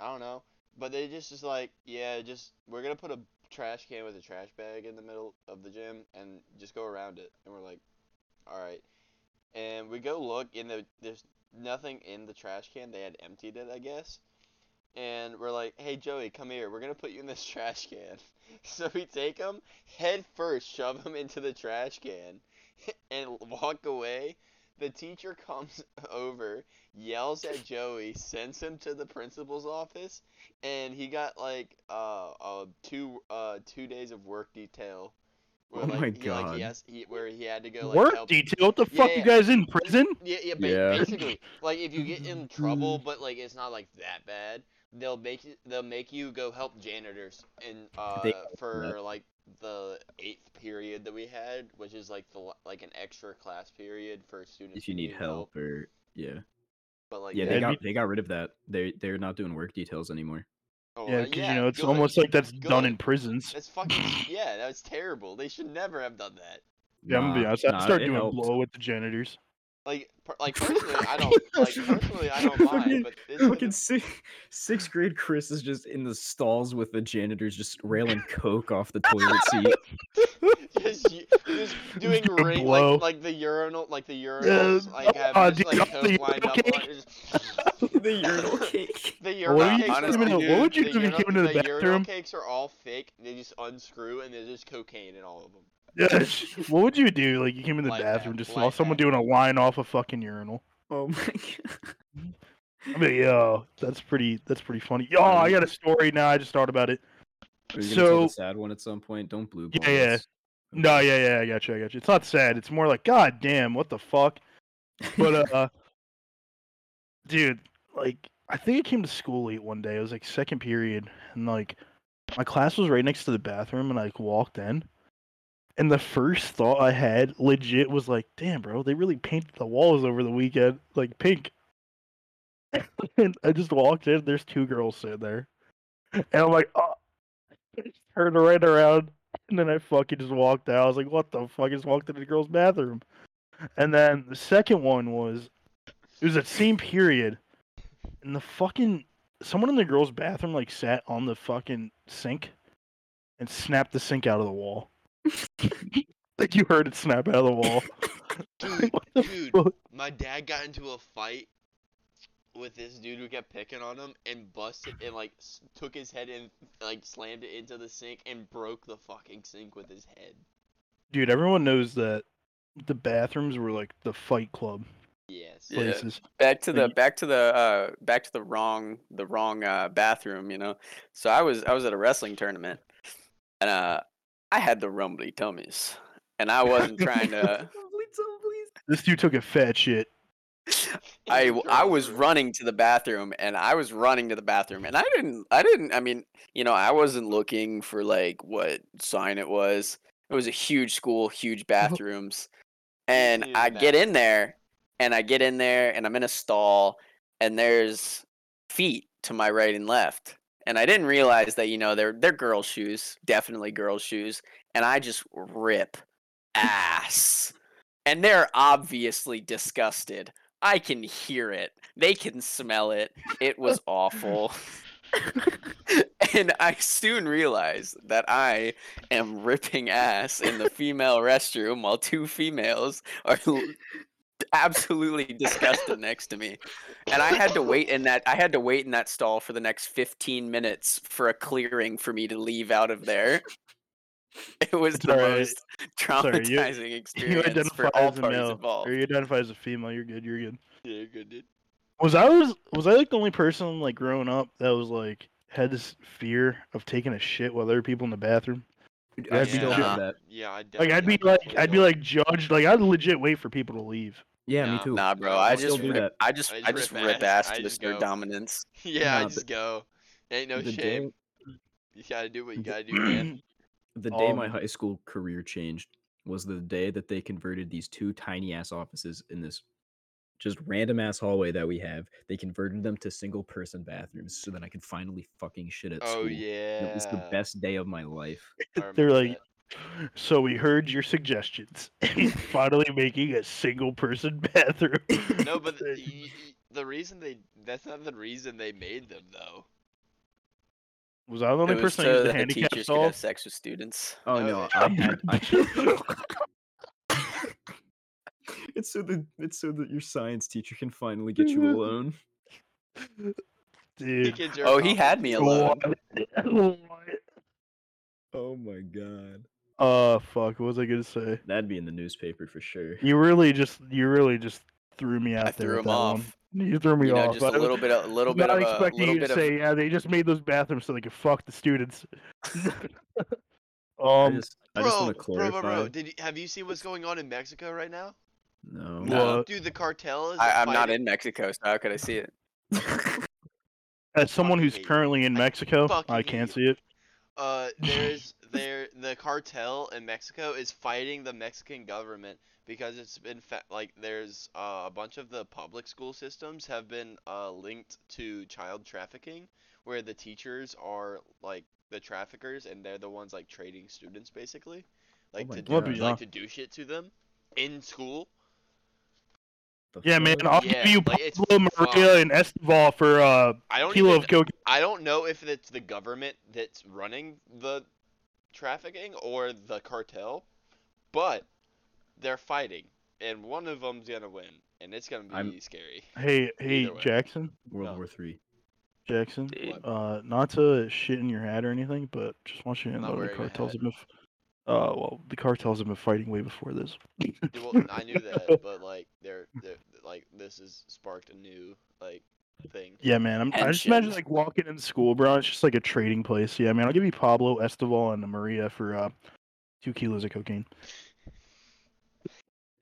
B: I don't know, but they just is like, yeah, just we're gonna put a trash can with a trash bag in the middle of the gym and just go around it, and we're like, all right, and we go look in the there's nothing in the trash can. They had emptied it, I guess. And we're like, hey Joey, come here. We're gonna put you in this trash can. So we take him head first, shove him into the trash can, and walk away. The teacher comes over, yells at Joey, sends him to the principal's office, and he got like uh, uh two uh two days of work detail. Where,
D: Oh
B: like,
D: my
B: he, Like,
D: God.
B: he has, he, where he had to go like
A: work
B: help
A: detail. What the fuck,
B: Yeah.
A: you guys in prison?
B: yeah, yeah, ba-
D: Yeah.
B: basically, like if you get in trouble,
A: Mm-hmm.
B: but like it's not like that bad, they'll make you, they'll make you go help janitors and uh
D: They-
B: for like the eighth period that we had, which is like the la- like an extra class period for students
D: If you
B: who
D: need help or yeah,
B: But like
D: yeah,
A: that'd
D: they got
A: be-
D: they got rid of that. They they're not doing work details anymore.
B: oh,
A: yeah,
B: uh,
A: because you know it's
B: good.
A: almost like that's done in
B: good.
A: prisons.
B: That's fucking yeah, that was terrible. They should never have done that.
A: Yeah, I'm gonna be
D: Nah,
A: honest. I
D: nah,
A: start
D: it
A: doing
D: helped.
A: blow with the janitors.
B: Like per- like personally, I don't like personally I don't mind,
D: Fucking-
B: but this would
D: Fucking six, sixth grade Chris is just in the stalls with the janitors, just railing coke off the toilet seat.
B: just, y- just doing
A: Just a
B: ring,
A: blow.
B: like, like the urinal, like the urinals,
A: Yeah.
B: like have
A: Ah,
B: just,
A: dude,
B: like
A: I'm the
B: coke lined up.
A: urinal
B: on it, just-
D: the urinal cake.
B: the
A: Well,
B: urinal
A: What, do you
B: cakes
A: think
B: are
A: you
C: Honestly,
A: mean,
B: all-
A: what would you
B: the
A: do if you
B: urinal-
A: came into the,
B: urinal
A: bathroom?
B: cakes are all fake. They just unscrew and there's just cocaine in all of them.
A: Yeah, what would you do? Like you came in the
B: Life hack,
A: bathroom, just saw
B: life
A: someone
B: hack.
A: doing a line off a fucking urinal.
D: Oh my god.
A: I mean, yo, that's pretty. That's pretty funny. Yo, I got a story now. I just thought about it.
D: Are you gonna
A: So-
D: tell the sad one at some point? Don't blue
A: Yeah,
D: balls.
A: yeah. No, yeah, yeah, I got you, I got you. It's not sad. It's more like, God damn, what the fuck? But uh, dude, like, I think I came to school late one day. It was like second period, and like, my class was right next to the bathroom, and I like, walked in, and the first thought I had, legit, was like, damn, bro, they really painted the walls over the weekend like pink. and I just walked in. There's two girls sitting there, and I'm like, oh. I just turned right around. And then I fucking just walked out. I was like, what the fuck? I just walked into the girl's bathroom. And then the second one was, it was that same period. And the fucking, someone in the girl's bathroom, like, sat on the fucking sink and snapped the sink out of the wall. like, you heard it snap out of the wall.
B: Dude,
A: What the
B: dude,
A: fuck?
B: my dad got into a fight with this dude who kept picking on him and busted and like s- took his head and like slammed it into the sink and broke the fucking sink with his head.
A: Dude, everyone knows that the bathrooms were, like, the fight club
B: Yes.
C: Yeah.
A: places.
C: back to
A: But
C: the
A: you-
C: back to the uh back to the wrong the wrong uh bathroom you know so i was i was at a wrestling tournament and uh i had the rumbly tummies and I wasn't trying to.
A: This dude took a fat shit.
C: I w- I was running to the bathroom, and I was running to the bathroom, and I didn't I didn't I mean you know I wasn't looking for like what sign it was. It was a huge school, huge bathrooms, and
B: needed
C: I
B: a
C: get in there, and I get in there, and I'm in a stall, and there's feet to my right and left. And I didn't realize that, you know, they're they're girl shoes, definitely girl shoes. And I just rip ass. And they're obviously disgusted. I can hear it. They can smell it. It was awful. and I soon realized that I am ripping ass in the female restroom while two females are l- absolutely disgusted next to me and I had to wait in that I had to wait in that stall for the next 15 minutes for a clearing for me to leave out of there. It was
A: It's
C: the
A: all right.
C: most
A: all right.
C: traumatizing
A: You-
C: experience for all
A: a
C: parties
A: male,
C: involved.
A: Or you identify as a female. You're good. You're good.
B: Yeah, you're good, dude.
A: Was I was was I like the only person like growing up that was like had this fear of taking a shit while there were people in the bathroom?
D: Dude,
A: Yeah,
D: I
A: I'd be
D: still
A: doing-
D: have that.
B: Yeah, I
A: Like I'd be
B: definitely
A: like
B: have
A: I'd be
B: those.
A: like judged. Like I'd legit wait for people to leave.
E: Yeah,
B: Nah,
E: me too.
C: Nah, bro,
B: I'll
C: I
D: still
C: just
D: do
C: rip,
D: that.
C: I just I just rip ass
B: I
C: to
B: just
C: assert
B: go.
C: dominance.
B: Yeah, I
D: Nah,
B: just go. Ain't no
D: the
B: shame.
D: day,
B: You gotta do what you
D: the-
B: gotta do, man.
D: the day my
A: Um,
D: high school career changed was the day that they converted these two tiny ass offices in this just random ass hallway that we have. They converted them to single person bathrooms so that I could finally fucking shit at
B: Oh
D: school.
B: yeah.
D: And It was the best day of my life.
B: I
A: They're
B: remember
A: like- So we heard your suggestions. and finally making a single person bathroom.
B: that. no, but the, y- y- the reason they that's not the reason they made them though.
A: was I the only
C: It was
A: person that
C: so
A: used the
C: that the
A: handicap
C: teachers could
A: stall?
C: have sex with students.
D: Oh
B: Oh,
D: no,
B: yeah.
D: I had I It's so that it's so that your science teacher can finally get
B: Mm-hmm.
D: you alone.
B: He
A: Dude.
B: can jerk
C: Oh, he
B: off
C: had me alone.
A: What?
D: Oh my god.
A: Uh fuck, what was I gonna say?
D: That'd be in the newspaper for sure.
A: You really just you really just threw me out
C: I
A: there.
C: threw
A: with
C: him
A: that one.
C: off.
A: You threw me
C: You know,
A: off.
C: just a
A: I
C: little
A: was
C: bit, a little bit
A: not
C: of a
A: expecting
C: little
A: you
C: bit
A: to
C: of.
A: say, yeah, they just made those bathrooms so they could fuck the students.
D: I
A: um
D: just, I just
B: Bro, bro,
D: want to
B: bro,
D: clarify.
B: bro, Did you, have you seen what's going on in Mexico right now?
D: No.
A: No. What?
B: Dude, the cartel is.
C: I, I'm not
B: fighting-
C: in Mexico, so how could I see it?
A: as someone
B: fucking
A: who's
B: hate you.
A: currently in
B: I
A: Mexico,
B: fucking
A: I
B: hate
A: can't
B: you.
A: see it.
B: Uh, there's there the cartel in Mexico is fighting the Mexican government because it's been fa- like there's uh, a bunch of the public school systems have been uh, linked to child trafficking, where the teachers are like the traffickers and they're the ones like trading students basically, like
D: Oh my
B: to
D: God.
B: do,
A: Yeah.
B: like to do shit to them in school.
D: The
A: Yeah, man,
D: fuck?
A: I'll
B: Yeah,
A: give you
B: like, it's
A: Pablo
B: fucked.
A: Maria and Esteval for uh,
B: I
A: a
B: don't
A: kilo
B: even,
A: of cocaine.
B: I don't know if it's the government that's running the trafficking or the cartel, but they're fighting, and one of them's gonna win, and it's gonna be
D: I'm-
B: scary.
A: Hey, hey,
B: Either way.
A: Jackson,
D: World
B: No.
D: War Three.
A: Jackson.
C: Dude.
A: Uh, not to shit in your hat or anything, but just want you to
B: I'm not
A: know the
B: wearing a
A: cartels
B: hat.
A: have been. f- Uh, well, the cartels have been fighting way before this.
B: Dude, well, I knew that, but like they're, they're like this has sparked a new like thing.
A: Yeah, man. I'm, I just
C: Tension.
A: imagine like walking in school, bro. It's just like a trading place. Yeah, man. I'll give you Pablo Esteval and Maria for uh, two kilos of cocaine.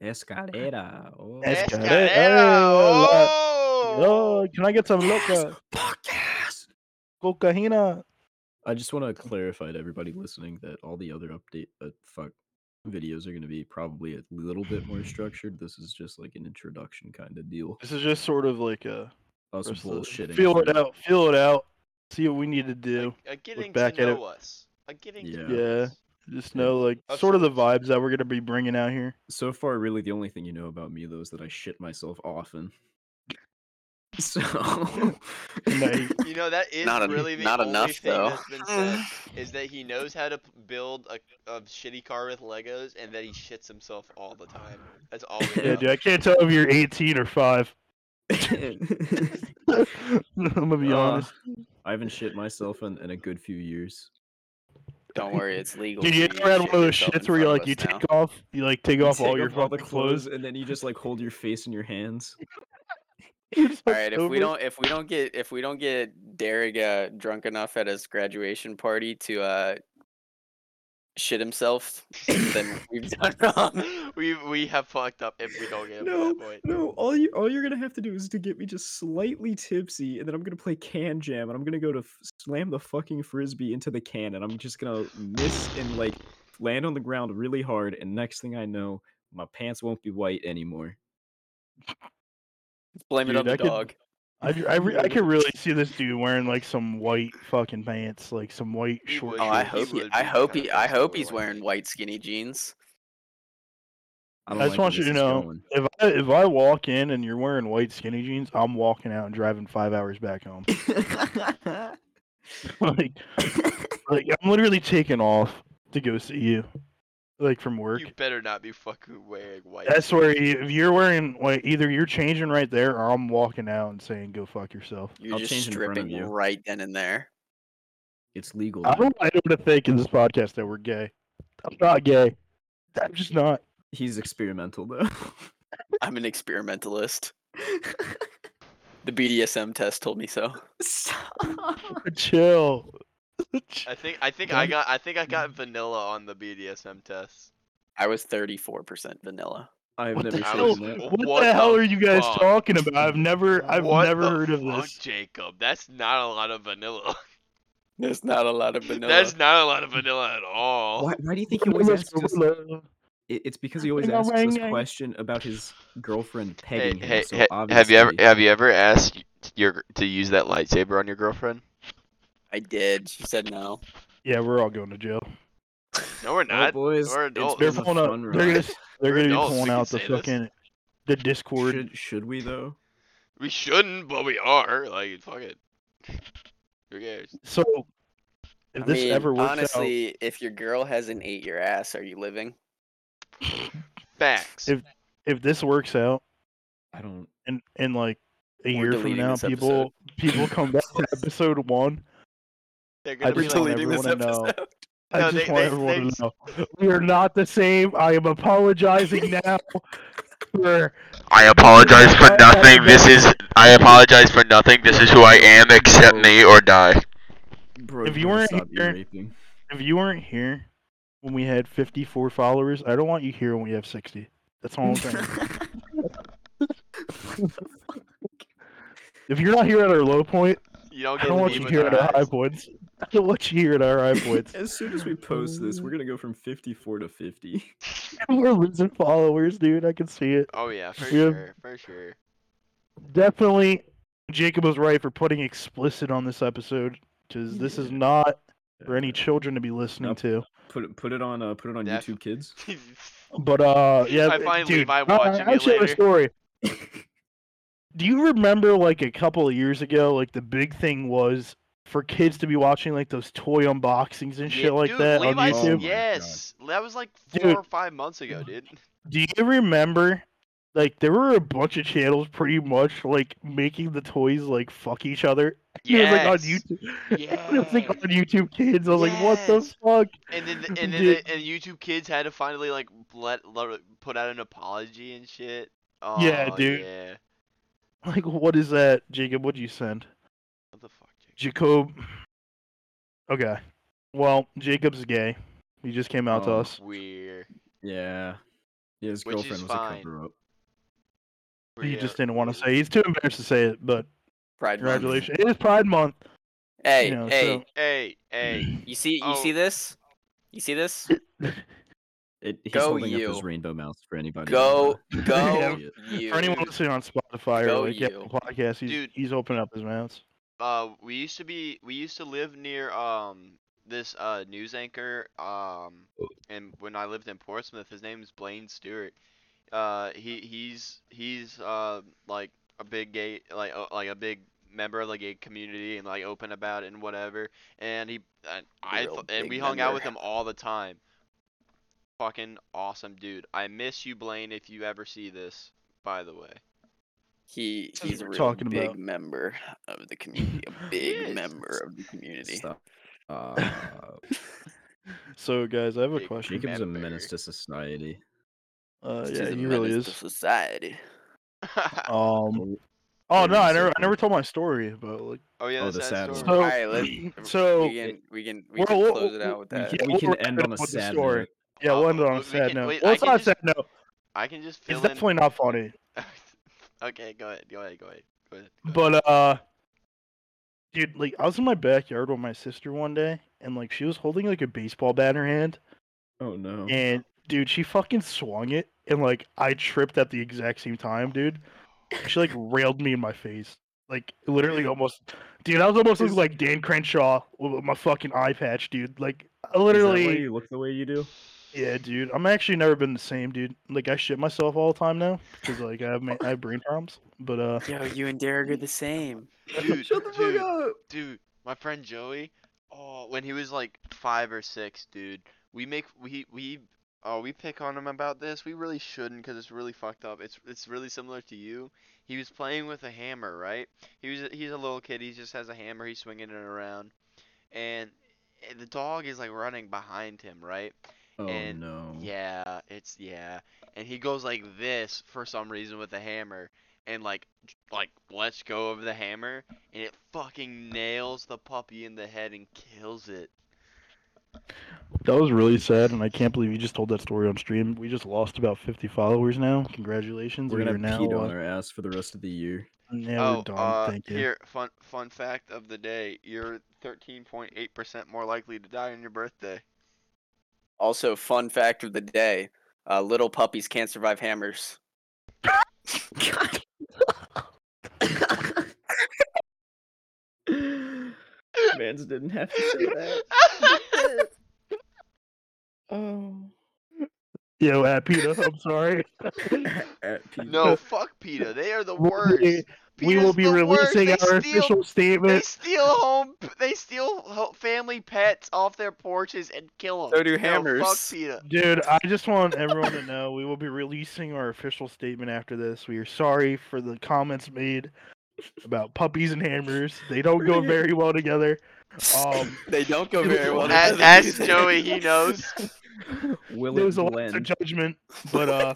E: Escalera. Oh.
A: Es-
B: Escalera!
A: Escalera,
B: Oh!
A: Yo, can I get some loca cocaina?
D: I just want to clarify to everybody listening that all the other update uh, fuck videos are going to be probably a little bit more structured. This is just like an introduction kind of deal.
A: This is just sort of like a
D: Us
A: just a-
D: bullshitting.
A: Feel
D: through-
A: it out. Feel it out. See what we need to do.
B: A, a getting
A: back
B: to
A: at it.
B: know us. A getting
D: Yeah.
B: to know
A: Yeah.
B: us.
A: Just know like sort of the vibes that we're gonna be bringing out here.
D: So far, really, the only thing you know about me though is that I shit myself often. So
A: Nice.
B: You know that is
C: Not en-
B: really the
C: not
B: only
C: enough,
B: thing
C: though.
B: that's been said. is that he knows how to p- build a, a shitty car with Legos and that he shits himself all the time. That's all we
A: Yeah,
B: know.
A: dude. I can't tell if you're 18 or five. I'm gonna be
D: Uh,
A: honest.
D: I haven't shit myself in, in a good few years.
C: Don't worry, it's legal.
A: Dude, you
C: for
A: ever had one
C: to
A: of
C: shit
A: those
C: yourself in
A: shits where you
C: front of
A: like you
C: us now.
A: take off, you like take off
D: Take
A: all your
D: off all the
A: fucking clothes?
D: and then you just like hold your face in your hands.
C: All right, if we don't if we don't get if we don't get Derek uh, drunk enough at his graduation party to uh shit himself, then we've done wrong.
B: we we have fucked up if we don't get him to
D: No.
B: that point.
D: No, all you all you're gonna have to do is to get me just slightly tipsy, and then I'm gonna play can jam, and I'm gonna go to f- slam the fucking frisbee into the can, and I'm just gonna miss and like land on the ground really hard, and next thing I know, my pants won't be white anymore.
C: Blame
A: Dude,
C: it on the
A: that could-
C: dog.
A: I, I, re- I could really see this dude wearing like some white fucking pants, like some white
B: He
A: short.
B: would.
C: Oh, I
B: he
C: hope he,
B: would
C: I
B: be
C: hope he,
B: kinda
C: I
B: cool
C: hope
B: with
C: he's
B: white
C: wearing
B: jeans.
C: white skinny jeans.
A: I just
D: where
A: want you
D: this
A: to
D: is
A: know-
D: going.
A: If I, if I walk in and you're wearing white skinny jeans, I'm walking out and driving five hours back home. like, like I'm literally taking off to go see you, like from work.
B: You better not be fucking wearing white.
A: That's where you, if you're wearing like either you're changing right there or I'm walking out and saying go fuck yourself.
C: You're
D: I'll
C: just
D: change in front of
C: stripping
D: you.
C: right then and there.
E: It's legal.
A: I
E: now.
A: don't I don't think in this podcast that we're gay. I'm not gay. I'm just not.
D: He's experimental though.
C: I'm an experimentalist. the BDSM test told me so.
A: Chill.
B: I think I think I
A: Don't-
B: got I think I got vanilla on the BDSM test.
C: I was 34% vanilla.
D: I've
A: What the
D: never
A: hell?
D: seen that.
A: What,
B: What
A: the hell
B: the
A: are you guys
B: fuck?
A: talking about? I've never I've
B: What
A: never
B: the
A: heard of
B: fuck,
A: this.
B: Jacob. That's not a lot of vanilla.
C: There's not a lot of vanilla.
B: That's not a lot of vanilla at all.
E: Why, why do you think he always asks us? it- It's because he always
A: Ring a
E: asks
A: ring
E: us
A: a-
E: question about his girlfriend
B: Hey,
E: pegging him.
B: hey,
E: so
B: hey, have you ever
E: obviously-
B: have you ever asked your to use that lightsaber on your girlfriend?
C: I did. She said no.
A: Yeah, we're all going to jail.
B: No, we're
D: Well,
B: not.
D: boys,
B: we're
D: it's
B: adults.
A: They're
D: been a
A: pulling up.
D: fun
A: They're gonna
D: ride.
A: s- they're
B: We're
A: gonna be
B: adults, we
A: pulling
B: can
A: out the
B: say this.
A: fucking the Discord.
D: should should we though?
B: We shouldn't, but we are. Like, fuck it. Who cares?
A: So if
C: I
A: this
C: mean,
A: ever works out,
C: honestly, if your girl hasn't ate your ass, are you living?
B: Facts.
A: If- if this works out,
E: I don't.
A: and and like a
C: We're
A: year from
C: deleting
A: now,
C: this
A: people people come back to episode one.
B: They're gonna
A: I
B: be
A: just
B: like,
A: wanna- deleting this know. I
B: No,
A: just
B: they-
A: want
B: they-
A: everyone
B: they-
A: to know we are not the same. I am apologizing now for
B: I apologize for nothing. This is I apologize for nothing. This is who I am. Accept me or die.
D: Bro,
A: If you
D: gotta
A: weren't
D: stop ear
A: here-
D: raping.
A: if you weren't here when we had 54 followers. I don't want you here when we have 60. That's all I'm saying. if you're not here at our low point,
B: You don't
A: I
B: get
A: don't
B: to
A: want
B: leave
A: you
B: with
A: here at our
B: that.
A: high points. I don't want you here at our high points.
D: As soon as we post this, we're gonna go from 54 to 50.
A: We're losing followers, dude. I can see it.
B: Oh yeah, for
A: Yeah.
B: sure, for sure.
A: Definitely, Jacob was right for putting explicit on this episode because this is
D: Yeah.
A: not for any
D: Uh,
A: children to be listening
D: Nope.
A: to.
D: Put it put it on uh put it on
B: Def-
D: YouTube Kids.
A: But uh, yeah,
B: I find
A: dude,
B: Levi
A: I-
B: watching
A: I
B: it
A: actually have a
B: later.
A: story. Do you remember like a couple of years ago, like the big thing was for kids to be watching like those toy unboxings and shit
B: Yeah,
A: like
B: dude,
A: that
B: Levi's,
A: on
D: Oh
A: YouTube?
D: my
B: yes, that was like four
A: Dude.
B: or five months ago, dude.
A: Do you remember? Like there were a bunch of channels pretty much like making the toys like fuck each other.
B: Yes.
A: It was like on YouTube. It was like
B: Yes.
A: on YouTube Kids. I was like, what
B: Yes.
A: the fuck?
B: And then and then
A: Dude.
B: the, and YouTube Kids had to finally like let, let put out an apology and shit. Oh,
A: Yeah, dude.
B: Yeah.
A: Like, what is that, Jacob? What'd you send?
B: What the fuck? Jacob?
A: Jacob. Okay. Well, Jacob's gay. He just came out to
D: Oh.
A: us.
B: Weird.
D: Yeah. Yeah, his
B: Which is
D: girlfriend was
B: fine.
D: a cover up.
A: He
B: Weird.
A: just didn't want to
B: Weird.
A: say. He's too embarrassed to say it, but
C: Pride month.
A: congratulations. It is Pride Month.
C: Hey,
A: you know,
C: hey,
B: Hey, hey.
C: you see, you
B: Oh.
C: see this? You see this?
D: It, he's
C: Go
D: holding
C: you.
D: up his rainbow mouse for anybody.
C: Go,
A: Yeah,
C: go,
D: idiot.
C: you.
A: For anyone listening on Spotify
C: Go
A: or like
C: you.
A: Apple Podcasts, he's,
B: Dude.
A: he's opening up his mouth.
B: Uh, we used to be we used to live near um this uh news anchor um
A: Oh.
B: and when I lived in Portsmouth, his name is Blaine Stewart. Uh, he he's he's uh like a big gay like uh, like a big member of the gay community and like open about it and whatever. And he and I
C: real
B: th- and
C: big
B: we hung out
C: member.
B: with him all the time. Fucking awesome dude. I miss you, Blaine. If you ever see this, by the way.
C: He
A: That's what
C: he's a
A: we're
C: real
A: talking
C: big
A: about.
C: member of the community. A big
B: is.
C: member of the community.
D: Stop. Uh,
A: So, guys, I have a
B: Jake-
A: question.
D: Jacob's a
B: Member.
D: menace to society.
A: Uh,
C: This
A: yeah,
C: is a
A: he really
C: menace to
A: is.
D: Oh,
C: Society.
A: Um,
D: Don't-
A: Oh no, I
D: Thirty
A: never, I
D: seconds.
A: never told my story, but like,
B: Oh yeah,
D: Oh,
B: that's
D: the
B: sad
D: sad
B: story.
A: so,
C: All right, let's-
A: so
C: we can we can we
A: we'll-
C: can
A: we'll-
C: close it out with
A: we
C: that.
A: can't-
D: We
A: we'll
D: can
A: wrap
D: end
A: it
D: on
A: up
D: a
A: with the
D: sad
A: story.
D: note.
A: Yeah, we'll end it on
B: Uh,
A: a
B: we
A: sad
B: can-
A: note.
B: wait,
A: well,
B: I
A: it's
B: can
A: not a
B: just-
A: sad note.
B: I can just
A: It's
B: fill in.
A: definitely not funny.
B: okay, go ahead, go ahead, go ahead. Go ahead. go ahead.
A: But uh, dude, like I was in my backyard with my sister one day, and like she was holding like a baseball bat in her hand,
D: Oh no.
A: and dude, she fucking swung it, and like I tripped at the exact same time, dude. She like railed me in my face, like literally almost, dude. I was almost looking like Dan Crenshaw with my fucking eye patch, dude. Like I
D: Is that why
A: literally,
D: you look the way you do.
A: yeah, dude. I'm actually never been the same, dude. Like I shit myself all the time now because like I have ma- I have brain problems, but uh.
C: Yo, you and Derek are the same.
B: Dude,
D: Shut the
B: dude,
D: fuck up.
B: dude, my friend Joey, oh, when he was like five or six, dude, we make we we oh we pick on him about this. We really shouldn't because it's really fucked up. It's it's really similar to you. He was playing with a hammer, right? He was he's a little kid. He just has a hammer. He's swinging it around, and eh, the dog is like running behind him, right?
D: Oh
B: and-
D: no.
B: Yeah, it's yeah. And he goes like this for some reason with the hammer and like j- like lets go of the hammer and it fucking nails the puppy in the head and kills it.
A: That was really sad, and I can't believe you just told that story on stream. We just lost about 50 followers now. Congratulations.
D: We're gonna
A: we are now,
D: peed on
A: uh,
D: our ass for the rest of the year.
A: now we're
B: oh,
A: done.
B: uh,
A: Thank you.
B: here fun fun fact of the day: you're 13.8% more likely to die on your birthday.
C: Also, fun fact of the day: uh, little puppies can't survive hammers.
D: Mans didn't have to say that. Oh.
A: Yo, at PETA, I'm sorry.
B: no, fuck PETA. They are the
A: We-
B: worst.
A: we will
B: PETA's
A: be
B: the worst.
A: releasing
B: They
A: our
B: steal-
A: official
B: They
A: statement.
B: steal home. They steal ho- family pets off their porches and kill them.
C: So do
B: fuck
C: hammers.
B: PETA.
A: Dude, I just want everyone to know we will be releasing our official statement after this. We are sorry for the comments made about puppies and hammers. They don't go very well together. Um,
C: they don't go very well.
A: A-
C: together,
B: Ask,
C: do
B: ask
C: they?
B: Joey. He knows.
D: Will
A: there
D: it
A: was a lot of
D: blend?
A: judgment, but uh,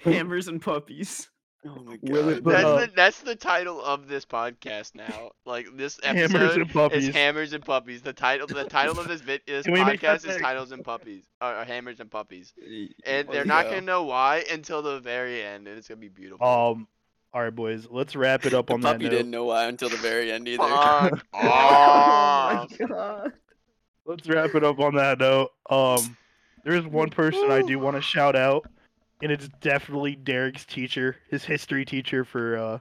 D: Hammers and puppies.
C: Oh my
A: Will it
C: god.
A: But,
B: that's,
A: uh,
B: the, that's the title of this podcast now. Like this episode
A: hammers and
B: is
A: puppies.
B: hammers and puppies. The title the title of this, vid- this
A: Can we make that
B: podcast is
A: the-
B: titles and puppies or, or hammers and puppies.
D: Y-
B: And
D: well,
B: they're not
D: yeah.
B: gonna know why until the very end, and it's gonna be beautiful.
A: Um, all right, boys, let's wrap it up
C: The
A: on that
C: puppy
A: note.
C: didn't know why until the very end either.
B: Fuck
D: Oh
B: off.
D: my god.
A: Let's wrap it up on that note. Um, there is one person I do want to shout out, and it's definitely Derek's teacher, his history teacher, for uh,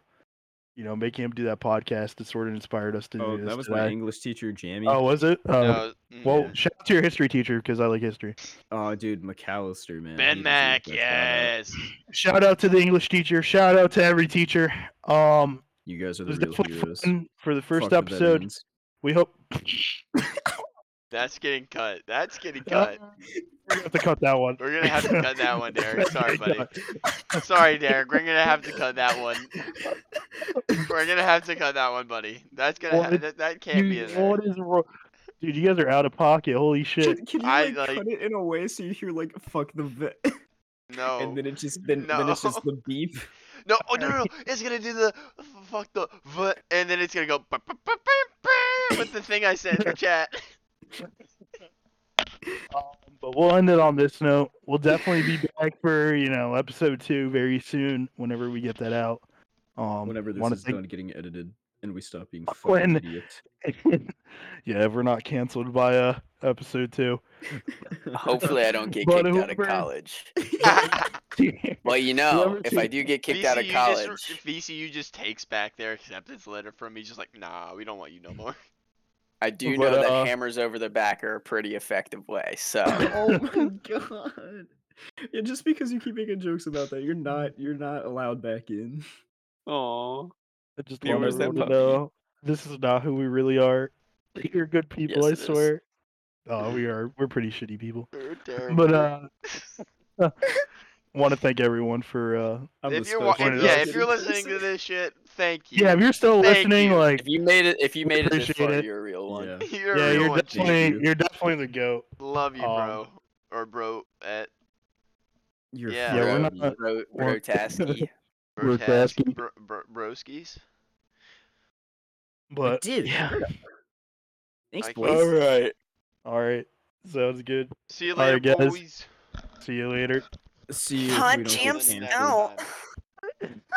A: you know, making him do that podcast that sort of inspired us to
D: Oh,
A: do this.
D: that was
A: today.
D: my English teacher, Jamie.
A: Oh, was it? Uh,
B: No, mm,
A: Well,
B: yeah.
A: shout out to your history teacher because I like history.
D: Oh, dude, McAllister, man. he
B: Ben
D: deserves
B: Mack,
D: that shout-out.
B: yes.
A: Shout out to the English teacher. Shout out to every teacher. Um,
D: You guys are
A: it
D: the
A: was
D: real
A: definitely
D: heroes.
A: fun for the first
D: Fuck the
A: episode.
D: veterans.
A: we hope
B: That's getting cut. That's getting cut.
A: we're gonna have to cut that one.
B: We're gonna have to cut that one, Derek. Sorry, buddy. Sorry, Derek. We're gonna have to cut that one. We're gonna have to cut that one, budty. That's gonna ha-
A: What?
B: that, that can't be in
A: Dude,
B: there.
A: What is wrong? Dude, you guys are out of pocket. Holy shit.
D: Can, can you
B: I,
D: like,
B: like-
D: cut it in a way so you hear like "fuck the vet"
B: No.
D: and then it just then, then it's just the beep?
B: No, oh, no, no, no. It's gonna do the f- fuck the v- and then it's gonna go ba- ba- ba- ba- ba- with the thing I said in the chat.
A: Um, but we'll end it on this note. We'll definitely be back for, you know, episode two very soon whenever we get that out. Um,
D: Whenever this
A: wanna
D: is
A: thank-
D: done getting edited and we stop being
A: When-
D: fucking idiots.
A: yeah, if we're not canceled by uh, episode two.
C: Hopefully, I don't get
A: But
C: kicked out of
A: whoever-
C: college.
B: VCU
C: Well, you know,
A: Whoever
C: if I
A: she-
C: do get kicked out of
B: Just,
C: college,
B: VCU just takes back their acceptance letter from me, just like, nah, we don't want you no more.
C: I do
A: But,
C: know
A: uh,
C: that hammers over the back are a pretty effective way. So
D: oh my god! Yeah, just because you keep making jokes about that, you're not you're not allowed back in.
C: Aw.
A: I just
C: There
A: want
C: was that
A: everyone to
C: puppy.
A: know this is not who we really are. You're good people,
C: Yes,
A: I
C: it is.
A: swear. Oh, we are. We're pretty shitty people.
B: They're terrible.
A: But uh, want to thank everyone for uh,
D: I'm
B: if
D: the
B: you're wa-
D: special
B: if, yeah, if
D: educated
B: you're listening to
D: person.
B: this shit, thank you.
A: yeah. If you're still
B: Thank
A: listening,
B: you.
A: like
C: if you made it, if you
A: We
C: made it this
A: appreciate
C: far,
A: it.
C: you're a real one.
D: Yeah.
B: you're a
A: yeah,
B: real
A: you're
B: one, G.
A: definitely
D: you.
A: you. are definitely the goat.
B: Love you,
A: um,
B: bro, or bro at
D: You're
B: Yeah.
A: Yeah, we're
D: fine.
A: not-
C: Ro-
A: we're-
C: Rotaski.
A: We're
B: Brotas-
A: Kraski.
B: bro- bro- broskies.
A: But
E: did.
A: yeah.
E: Thanks,
B: Like-
E: boys.
A: All right. All right. Sounds good.
B: See you
A: Alright,
B: later,
A: guys.
B: boys.
A: See you later.
D: See
B: Hot
D: if we don't get
B: jams
D: canceled.
B: now.